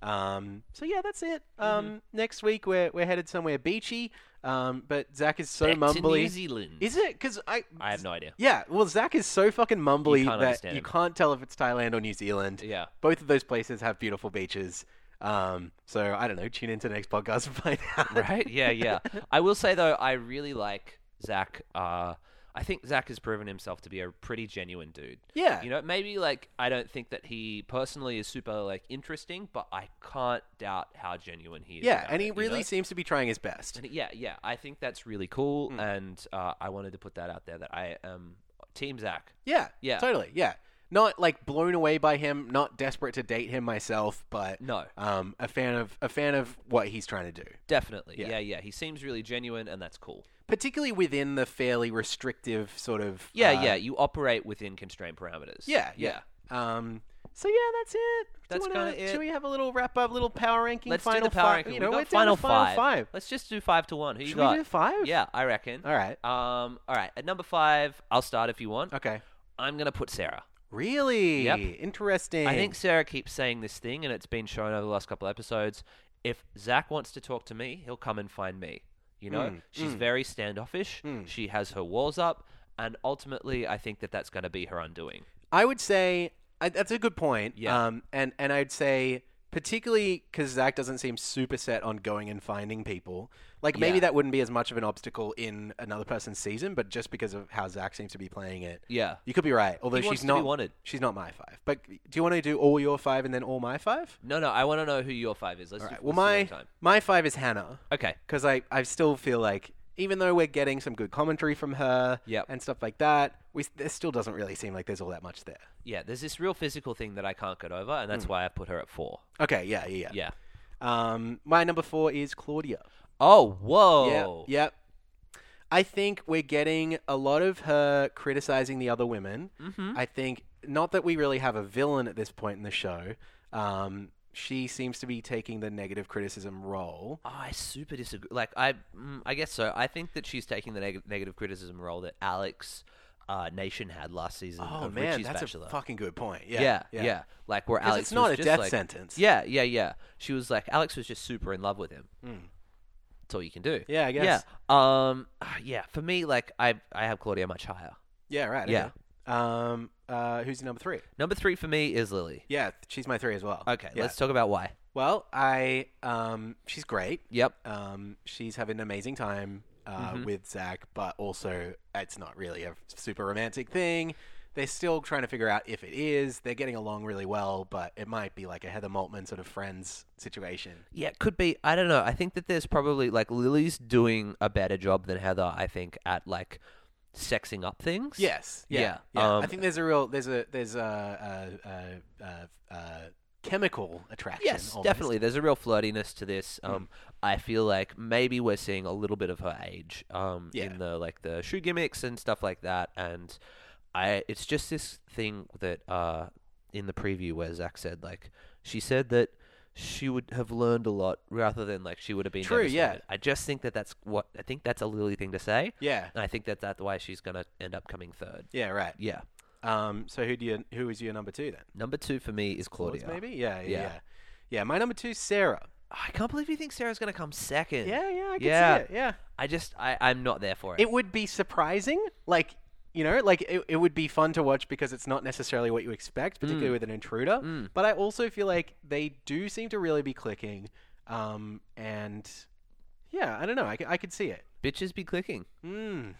Mm-hmm.
Um, so yeah, that's it. Um, Next week we're we're headed somewhere beachy. Um, but Zach is so
Back to
mumbly.
New Zealand.
Is it? Because I
I have no idea.
Yeah, well, Zach is so fucking mumbly
You can't
that
understand
you
him.
can't tell if it's Thailand or New Zealand.
Yeah.
both of those places have beautiful beaches. Um, so I don't know. Tune into the next podcast and find out.
right? Yeah, yeah. I will say though, I really like Zach. Uh, I think Zach has proven himself to be a pretty genuine dude.
Yeah.
You know, maybe like I don't think that he personally is super like interesting, but I can't doubt how genuine he is.
Yeah,
about
and
it,
he
you
really
know?
seems to be trying his best.
And yeah, yeah. I think that's really cool,
Hmm.
and uh, I wanted to put that out there that I am Team Zach.
Yeah,
Yeah.
totally. Yeah, not like blown away by him, not desperate to date him myself, but
No.
um, a fan of a fan of what he's trying to do.
Definitely.
Yeah.
Yeah. yeah, He seems really genuine, and that's cool.
particularly within the fairly restrictive sort of
Yeah,
uh,
yeah. You operate within constrained parameters.
yeah yeah um so yeah that's it Do you
That's
wanna-
kinda it.
should we have a little wrap up little power ranking
Let's
final
do the power
fi-
ranking.
you know
we got
we're down to
final,
final five,
Let's just do five to one. Who you
should
got?
we do five
Yeah, I reckon.
all right
Um. All right. At number five, I'll start if you want.
okay
I'm gonna put Sarah.
really
Yep.
interesting
I think Sarah keeps saying this thing, and it's been shown over the last couple episodes. If Zach wants to talk to me, he'll come and find me. You know,
Mm,
she's
mm.
very standoffish.
Mm.
She has her walls up, and ultimately, I think that that's going to be her undoing.
I would say I, that's a good point.
Yeah.
Um, and and I'd say particularly because Zach doesn't seem super set on going and finding people. Like maybe
Yeah.
that wouldn't be as much of an obstacle in another person's season, but just because of how Zach seems to be playing it,
Yeah.
you could be right. Although
He
she's
wants to be
not
wanted.
She's not my five. But do you want to do all your five and then all my five?
No, no. I want to know who your five is. Let's
All
do
right. Well,
let's
my
do one time.
my five is Hannah
Okay.
because I I still feel like. Even though we're getting some good commentary from her
Yep.
and stuff like that, we there still doesn't really seem like there's all that much there.
Yeah. There's this real physical thing that I can't get over, and that's why I put her at four.
Mm. Okay, yeah, yeah, yeah.
Yeah.
Um, my number four is Claudia.
Oh, whoa.
Yeah, yep. I think we're getting a lot of her criticizing the other women. Mm-hmm. I think not that we really have a villain at this point in the show. Um, she seems to be taking the negative criticism role.
Oh, I super disagree. Like I, mm, I guess so. I think that she's taking the neg- negative criticism role that Alex uh, Nation had last season.
Oh
of
man,
Richie's
that's
Bachelor.
a fucking good point. Yeah,
yeah, yeah, Like where
'Cause
Alex
it's not
was
a
just
death
like-
sentence.
Yeah, yeah, yeah. She was like Alex was just super in love with him. That's all you can do.
Hmm. Yeah, I guess.
Yeah. Um. Yeah. For me, like I, I have Claudia much higher.
yeah, right.
Yeah.
okay. Um, uh, who's your number three?
Number three for me is Lily.
Yeah, she's my three as well.
Okay,
Yeah.
let's talk about why.
Well, I um, she's great.
Yep.
Um, she's having an amazing time uh,
Mm-hmm.
with Zach, but also it's not really a super romantic thing. They're still trying to figure out if it is. They're getting along really well, but it might be like a Heather Maltman sort of friends situation.
Yeah, it could be. I don't know. I think that there's probably like Lily's doing a better job than Heather. I think at like sexing up things.
Yes. Yeah.
Yeah,
yeah.
um,
I think there's a real there's a there's a, a, a, a, a chemical attraction.
Yes,
almost.
definitely. There's a real flirtiness to this.
Mm.
Um, I feel like maybe we're seeing a little bit of her age. Um,
Yeah.
in the like the shoe gimmicks and stuff like that, and I it's just this thing that uh in the preview where Zach said like she said that she would have learned a lot rather than like she would have been
True, yeah.
devastated. I just think that that's what I think that's a Lily thing to say.
Yeah.
And I think that that's why she's going to end up coming third.
Yeah. Right.
Yeah.
Um. So who do you who is your number two then?
Number two for me is
Claudia,
Claudia.
Maybe. Yeah. Yeah.
Yeah.
Yeah. yeah my number two, Sarah.
I can't believe you think Sarah's going to come second.
Yeah, yeah, I can
Yeah.
see it. Yeah.
I just, I, I'm not there for it.
It would be surprising, like you know, like it, it would be fun to watch because it's not necessarily what you expect,
Mm.
particularly with an intruder. But I also feel like they do seem to really be clicking, um, and yeah, I don't know, I, c- I could see it.
Bitches be clicking.
Mm.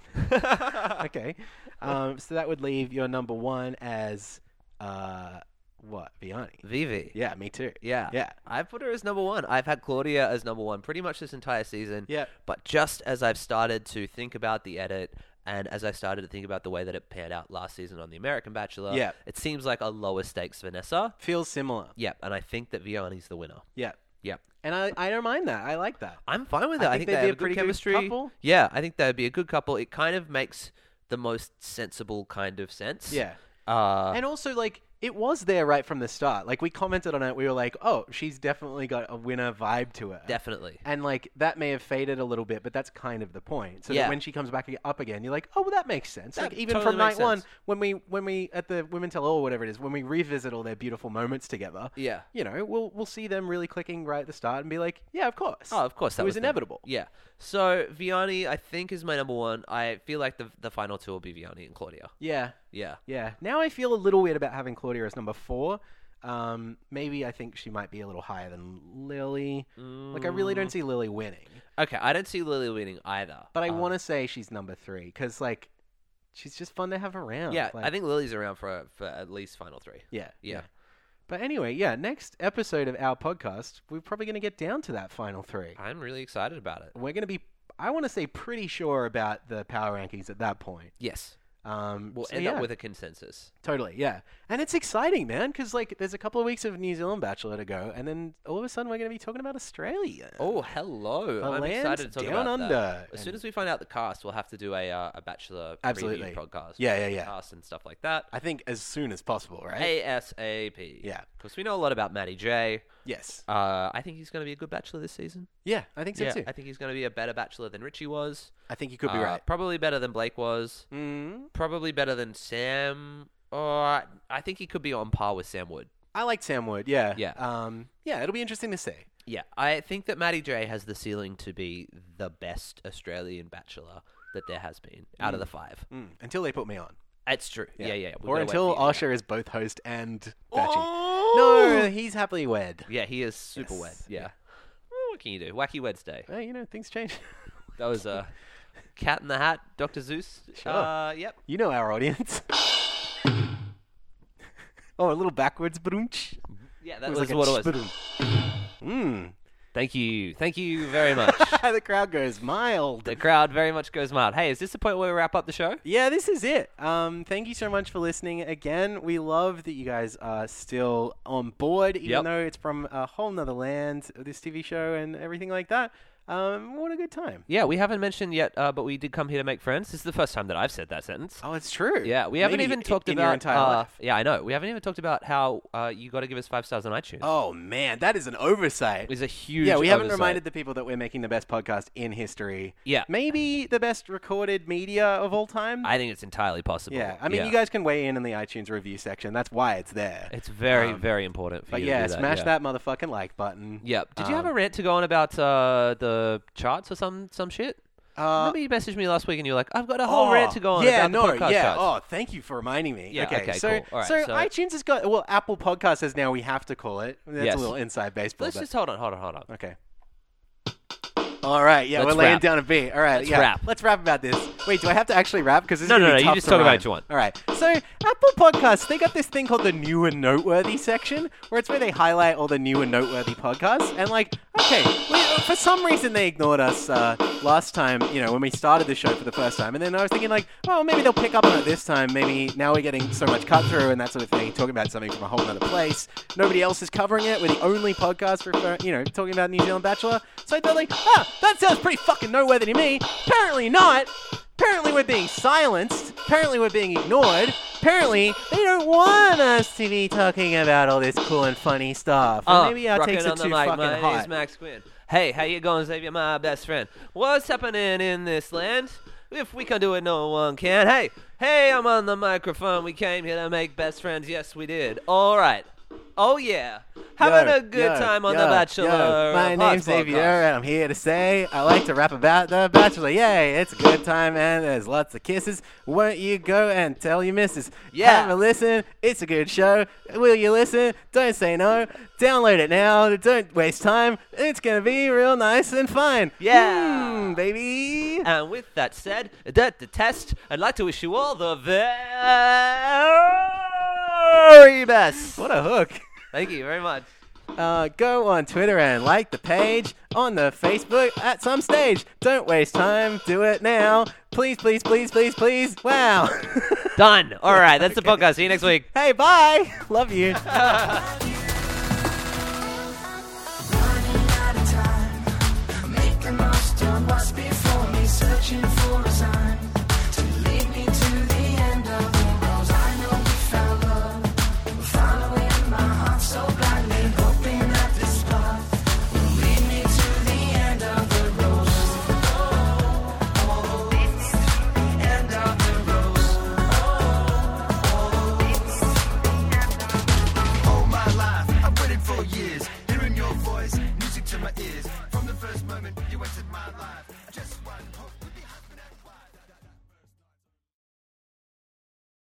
okay, um, so that would leave your number one as uh, What? Vianney.
Vivi.
Yeah, me too.
Yeah.
Yeah.
I put her as number one. I've had Claudia as number one pretty much this entire season.
Yeah.
But just as I've started to think about the edit and as I started to think about the way that it panned out last season on The American Bachelor,
Yeah.
it seems like a lower stakes Vanessa.
Feels similar.
Yep. And I think that Vianney's the winner.
Yeah.
Yep.
And I, I don't mind that. I like that.
I'm fine with it. I, think,
they'd
they
be
have
a
a
pretty
good
good
chemistry.
couple.
Yeah, I think they'd be a good couple. It kind of makes the most sensible kind of sense.
Yeah.
Uh,
And also, like, it was there right from the start. Like, we commented on it. We were like, oh, she's definitely got a winner vibe to her.
definitely.
And, like, that may have faded a little bit, but that's kind of the point. So that
Yeah.
when she comes back ag- up again, you're like, oh, well, that makes sense.
That
like, even
totally
from night
makes
one,
sense.
when we, when we, at the Women Tell All or whatever it is, when we revisit all their beautiful moments together,
Yeah.
you know, we'll, we'll see them really clicking right at the start and be like, yeah, of course.
Oh, of course, that
it was,
the-
inevitable.
yeah. So Vianney, I think, is my number one. I feel like the the final two will be Vianney and Claudia.
Yeah.
Yeah.
Yeah. Now I feel a little weird about having Claudia as number four. Um, maybe I think she might be a little higher than Lily. Like I really
Mm.
don't see Lily winning,
Okay, I don't see Lily winning either.
but I
Um,
want to say she's number three because like she's just fun to have around.
Yeah,
Like,
I think Lily's around for for at least final three.
Yeah,
Yeah.
But anyway, yeah. Next episode of our podcast, we're probably going to get down to that final three.
I'm really excited about it.
We're going to be, I want to say, pretty sure about the power rankings at that point.
Yes,
Um,
we'll
so
end
yeah.
up with a consensus.
Totally, yeah. And it's exciting, man, because like there's a couple of weeks of New Zealand Bachelor to go, and then all of a sudden we're going to be talking about Australia.
Oh, hello!
The
I'm
land's
excited to talk
down
about that.
under, and-
As soon as we find out the cast, we'll have to do a uh, a bachelor
Absolutely.
preview podcast.
Yeah, yeah, yeah.
Cast and stuff like that.
I think as soon as possible, right?
ASAP.
Yeah.
because we know a lot about Matty J.
Yes.
Uh, I think he's going to be a good bachelor this season.
Yeah, I think so
yeah,
too.
I think he's going to be a better bachelor than Richie was.
I think you could be
Uh,
right.
Probably better than Blake was.
Mm.
Probably better than Sam. Or I think he could be on par with Sam Wood.
I like Sam Wood. Yeah.
Yeah.
Um. Yeah, it'll be interesting to see.
Yeah, I think that Matty J has the ceiling to be the best Australian bachelor that there has been out of the five.
Mm. Until they put me on,
It's true. Yeah, yeah. yeah. Oh! We've
or
gotta wait
until
for you to-
Osher is both host and Batchy. No, he's happily wed.
Yeah, he is super
Oh! Yes.
wet. Yeah. Well, what can you do? Wacky Wednesday.
Well, you know, things change.
That was a uh, Cat in the Hat, Doctor Zeus.
Sure.
Uh, yep.
you know our audience. oh, a little backwards, broonch.
Yeah, that
It
was,
like a
what it was.
tsh-ba-doom. Mm.
Thank you. Thank you very much.
the crowd goes mild.
the crowd very much goes mad. Hey, is this the point where we wrap up the show?
Yeah, this is it. Um, thank you so much for listening again. We love that you guys are still on board, even
Yep.
though it's from a whole nother land, this TV show and everything like that. Um, what a good time.
Yeah, we haven't mentioned yet, uh, but we did come here to make friends. This is the first time that I've said that sentence.
Oh, it's true.
Yeah, we haven't
Maybe
even
i-
talked
in
about.
your entire
uh,
life.
Yeah, I know. We haven't even talked about how uh, you got to give us five stars on iTunes.
Oh man, that is an oversight.
It's a huge.
Yeah, we haven't
oversight.
reminded the people that we're making the best podcast in history.
Yeah.
maybe the best recorded media of all time.
I think it's entirely possible.
yeah, I mean, you guys can weigh in in the iTunes review section. That's why it's there.
It's very,
Um,
very important for
But
you.
yeah,
to do that,
smash
yeah.
that motherfucking like button.
Yep. Did you have
Um,
a rant to go on about uh, the charts or some some shit?
Uh, oh,
Remember you messaged me last week and you were like, I've got a whole rant to go on
yeah,
about
no,
the podcast
yeah.
charts.
Oh, thank you for reminding me.
Yeah,
okay,
okay,
so,
cool. All right,
so,
so-
iTunes has got well, Apple Podcast says now we have to call it. That's
Yes.
a little inside baseball.
Let's
but-
just hold on, hold on, hold on.
okay. All right, yeah,
Let's
we're laying
rap.
down a beat. All right,
Let's
yeah,
rap.
let's rap about this. Wait, do I have to actually rap? Because
No,
is gonna
no,
be
no, you
tough
just
to
talk about
rhyme.
what you want.
All right, so Apple Podcasts they got this thing called the new and noteworthy section, where it's where they highlight all the new and noteworthy podcasts. And like, okay, we, for some reason they ignored us uh, last time. You know, when we started the show for the first time, and then I was thinking like, oh, maybe they'll pick up on it this time. Maybe now we're getting so much cut through and that sort of thing, talking about something from a whole other place. Nobody else is covering it. We're the only podcast refer- you know talking about New Zealand Bachelor. So I thought like, ah, that sounds pretty fucking noteworthy to me. Apparently not. Apparently, we're being silenced. Apparently, we're being ignored. Apparently, they don't want us to be talking about all this cool and funny stuff. And
Uh,
maybe our
rocking
takes are
on the
too
mic,
fucking
my name's
hot.
Max Quinn. Hey, how you going, Xavier? My best friend. What's happening in this land? If we can do it, no one can. Hey, hey, I'm on the microphone. We came here to make best friends. Yes, we did. All right. Oh yeah, having
Yo,
a good
yo,
time on
yo,
The Bachelor.
yo. My
Podcast
name's Xavier, and I'm here to say I like to rap about The Bachelor. Yay, it's a good time, and there's lots of kisses. Won't you go and tell your missus?
Yeah.
Have a listen. It's a good show. Will you listen? Don't say no. Download it now. Don't waste time. It's going to be real nice and fine.
Yeah.
Mm, baby.
And with that said, that the test, I'd like to wish you all the very Rory Best.
What a hook.
Thank you very much.
Uh, go on Twitter and like the page on the Facebook at some stage. Don't waste time. Do it now. Please, please, please, please, please. Wow.
Done. All right, that's the podcast. See you next week.
hey, bye. Love you.
Running out of time, make the most of what's before me, searching for.